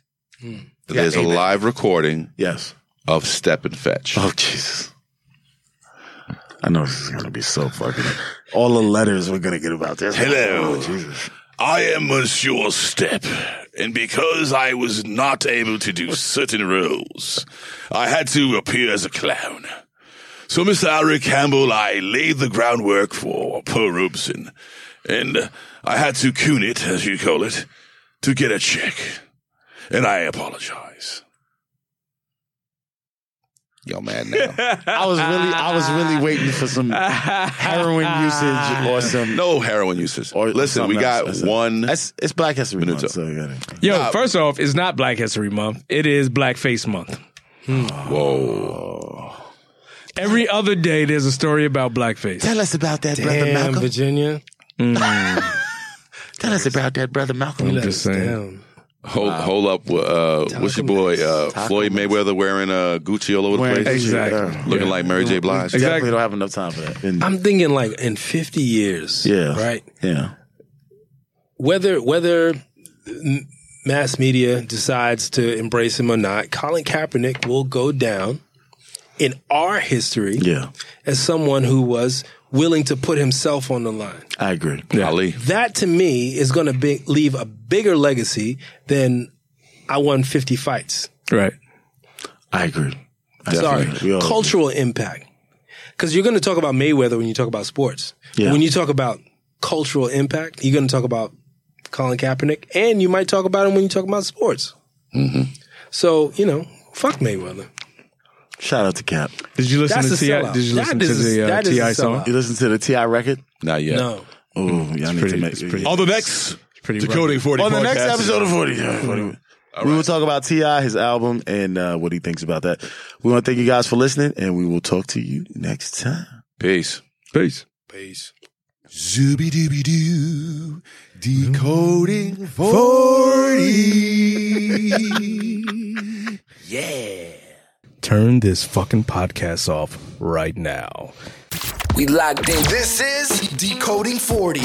Speaker 3: there's a
Speaker 10: amen.
Speaker 3: live recording
Speaker 10: Yes.
Speaker 3: of Step and Fetch.
Speaker 10: Oh Jesus! I know this is gonna be so fucking. All the letters we're gonna get about this.
Speaker 12: Hello.
Speaker 10: Oh, Jesus.
Speaker 12: I am Monsieur Step, and because I was not able to do certain roles, I had to appear as a clown. So, Mr. Alric Campbell, I laid the groundwork for Poe Robeson, and I had to coon it, as you call it, to get a check. And I apologize.
Speaker 3: Yo, man, now.
Speaker 10: I was really, I was really waiting for some heroin usage or some.
Speaker 3: no heroin usage.
Speaker 10: Or
Speaker 3: Listen, we
Speaker 10: something else.
Speaker 3: got
Speaker 10: That's it.
Speaker 3: one.
Speaker 10: It's, it's Black History Month.
Speaker 3: Minuto.
Speaker 10: So you gotta-
Speaker 2: Yo, first off, it's not Black History Month. It is Blackface Month.
Speaker 10: Oh,
Speaker 3: Whoa.
Speaker 2: Every other day, there's a story about blackface.
Speaker 10: Tell us about that, brother
Speaker 9: Damn,
Speaker 10: Malcolm.
Speaker 9: Virginia.
Speaker 10: Tell us about that, brother Malcolm.
Speaker 2: I'm just saying.
Speaker 9: Damn.
Speaker 3: Hold, hold up, uh, what's your boy uh, Floyd Mayweather wearing uh, Gucci all over the
Speaker 10: Wearing
Speaker 3: place?
Speaker 10: Gucci, Exactly. yeah.
Speaker 3: looking
Speaker 10: Yeah.
Speaker 3: like Mary J. Blige.
Speaker 10: We definitely don't have enough time for that. And-
Speaker 9: I'm thinking like in 50 years.
Speaker 10: yeah.
Speaker 9: Right.
Speaker 10: Yeah.
Speaker 9: Whether whether m- mass media decides to embrace him or not, Colin Kaepernick will go down in our history
Speaker 10: Yeah.
Speaker 9: as someone who was willing to put himself on the line.
Speaker 10: I agree.
Speaker 3: Ali.
Speaker 9: That to me is going to be- leave a bigger legacy than I won 50 fights.
Speaker 2: Right.
Speaker 10: I agree. Definitely. We
Speaker 9: Sorry.
Speaker 10: all-
Speaker 9: Cultural impact. Because you're going to talk about Mayweather when you talk about sports.
Speaker 10: Yeah.
Speaker 9: When you talk about cultural impact, you're going to talk about Colin Kaepernick, and you might talk about him when you talk about sports.
Speaker 10: Mm-hmm.
Speaker 9: So, you know, fuck Mayweather.
Speaker 10: Shout out to Cap.
Speaker 2: Did you
Speaker 9: listen That's to a T.I. sellout. Did you That listen to is- the, uh, that is a T.I. song? sellout.
Speaker 10: You listen to the Ti record?
Speaker 3: Not yet.
Speaker 9: No.
Speaker 10: Oh, yeah. I need
Speaker 2: pretty-
Speaker 10: to make
Speaker 2: it's pretty-
Speaker 3: On the next
Speaker 2: pretty
Speaker 3: Decoding 40
Speaker 10: on the next
Speaker 3: podcast.
Speaker 10: episode of 40. yeah, 40. We will talk about Ti, his album, and uh, what he thinks about that. We want to thank you guys for listening, and we will talk to you next time.
Speaker 3: Peace.
Speaker 2: Peace.
Speaker 9: Peace.
Speaker 13: Zooby dooby doo, decoding 40.
Speaker 8: Yeah.
Speaker 2: Turn this fucking podcast off right now.
Speaker 8: We locked in.
Speaker 5: This is Decoding 40.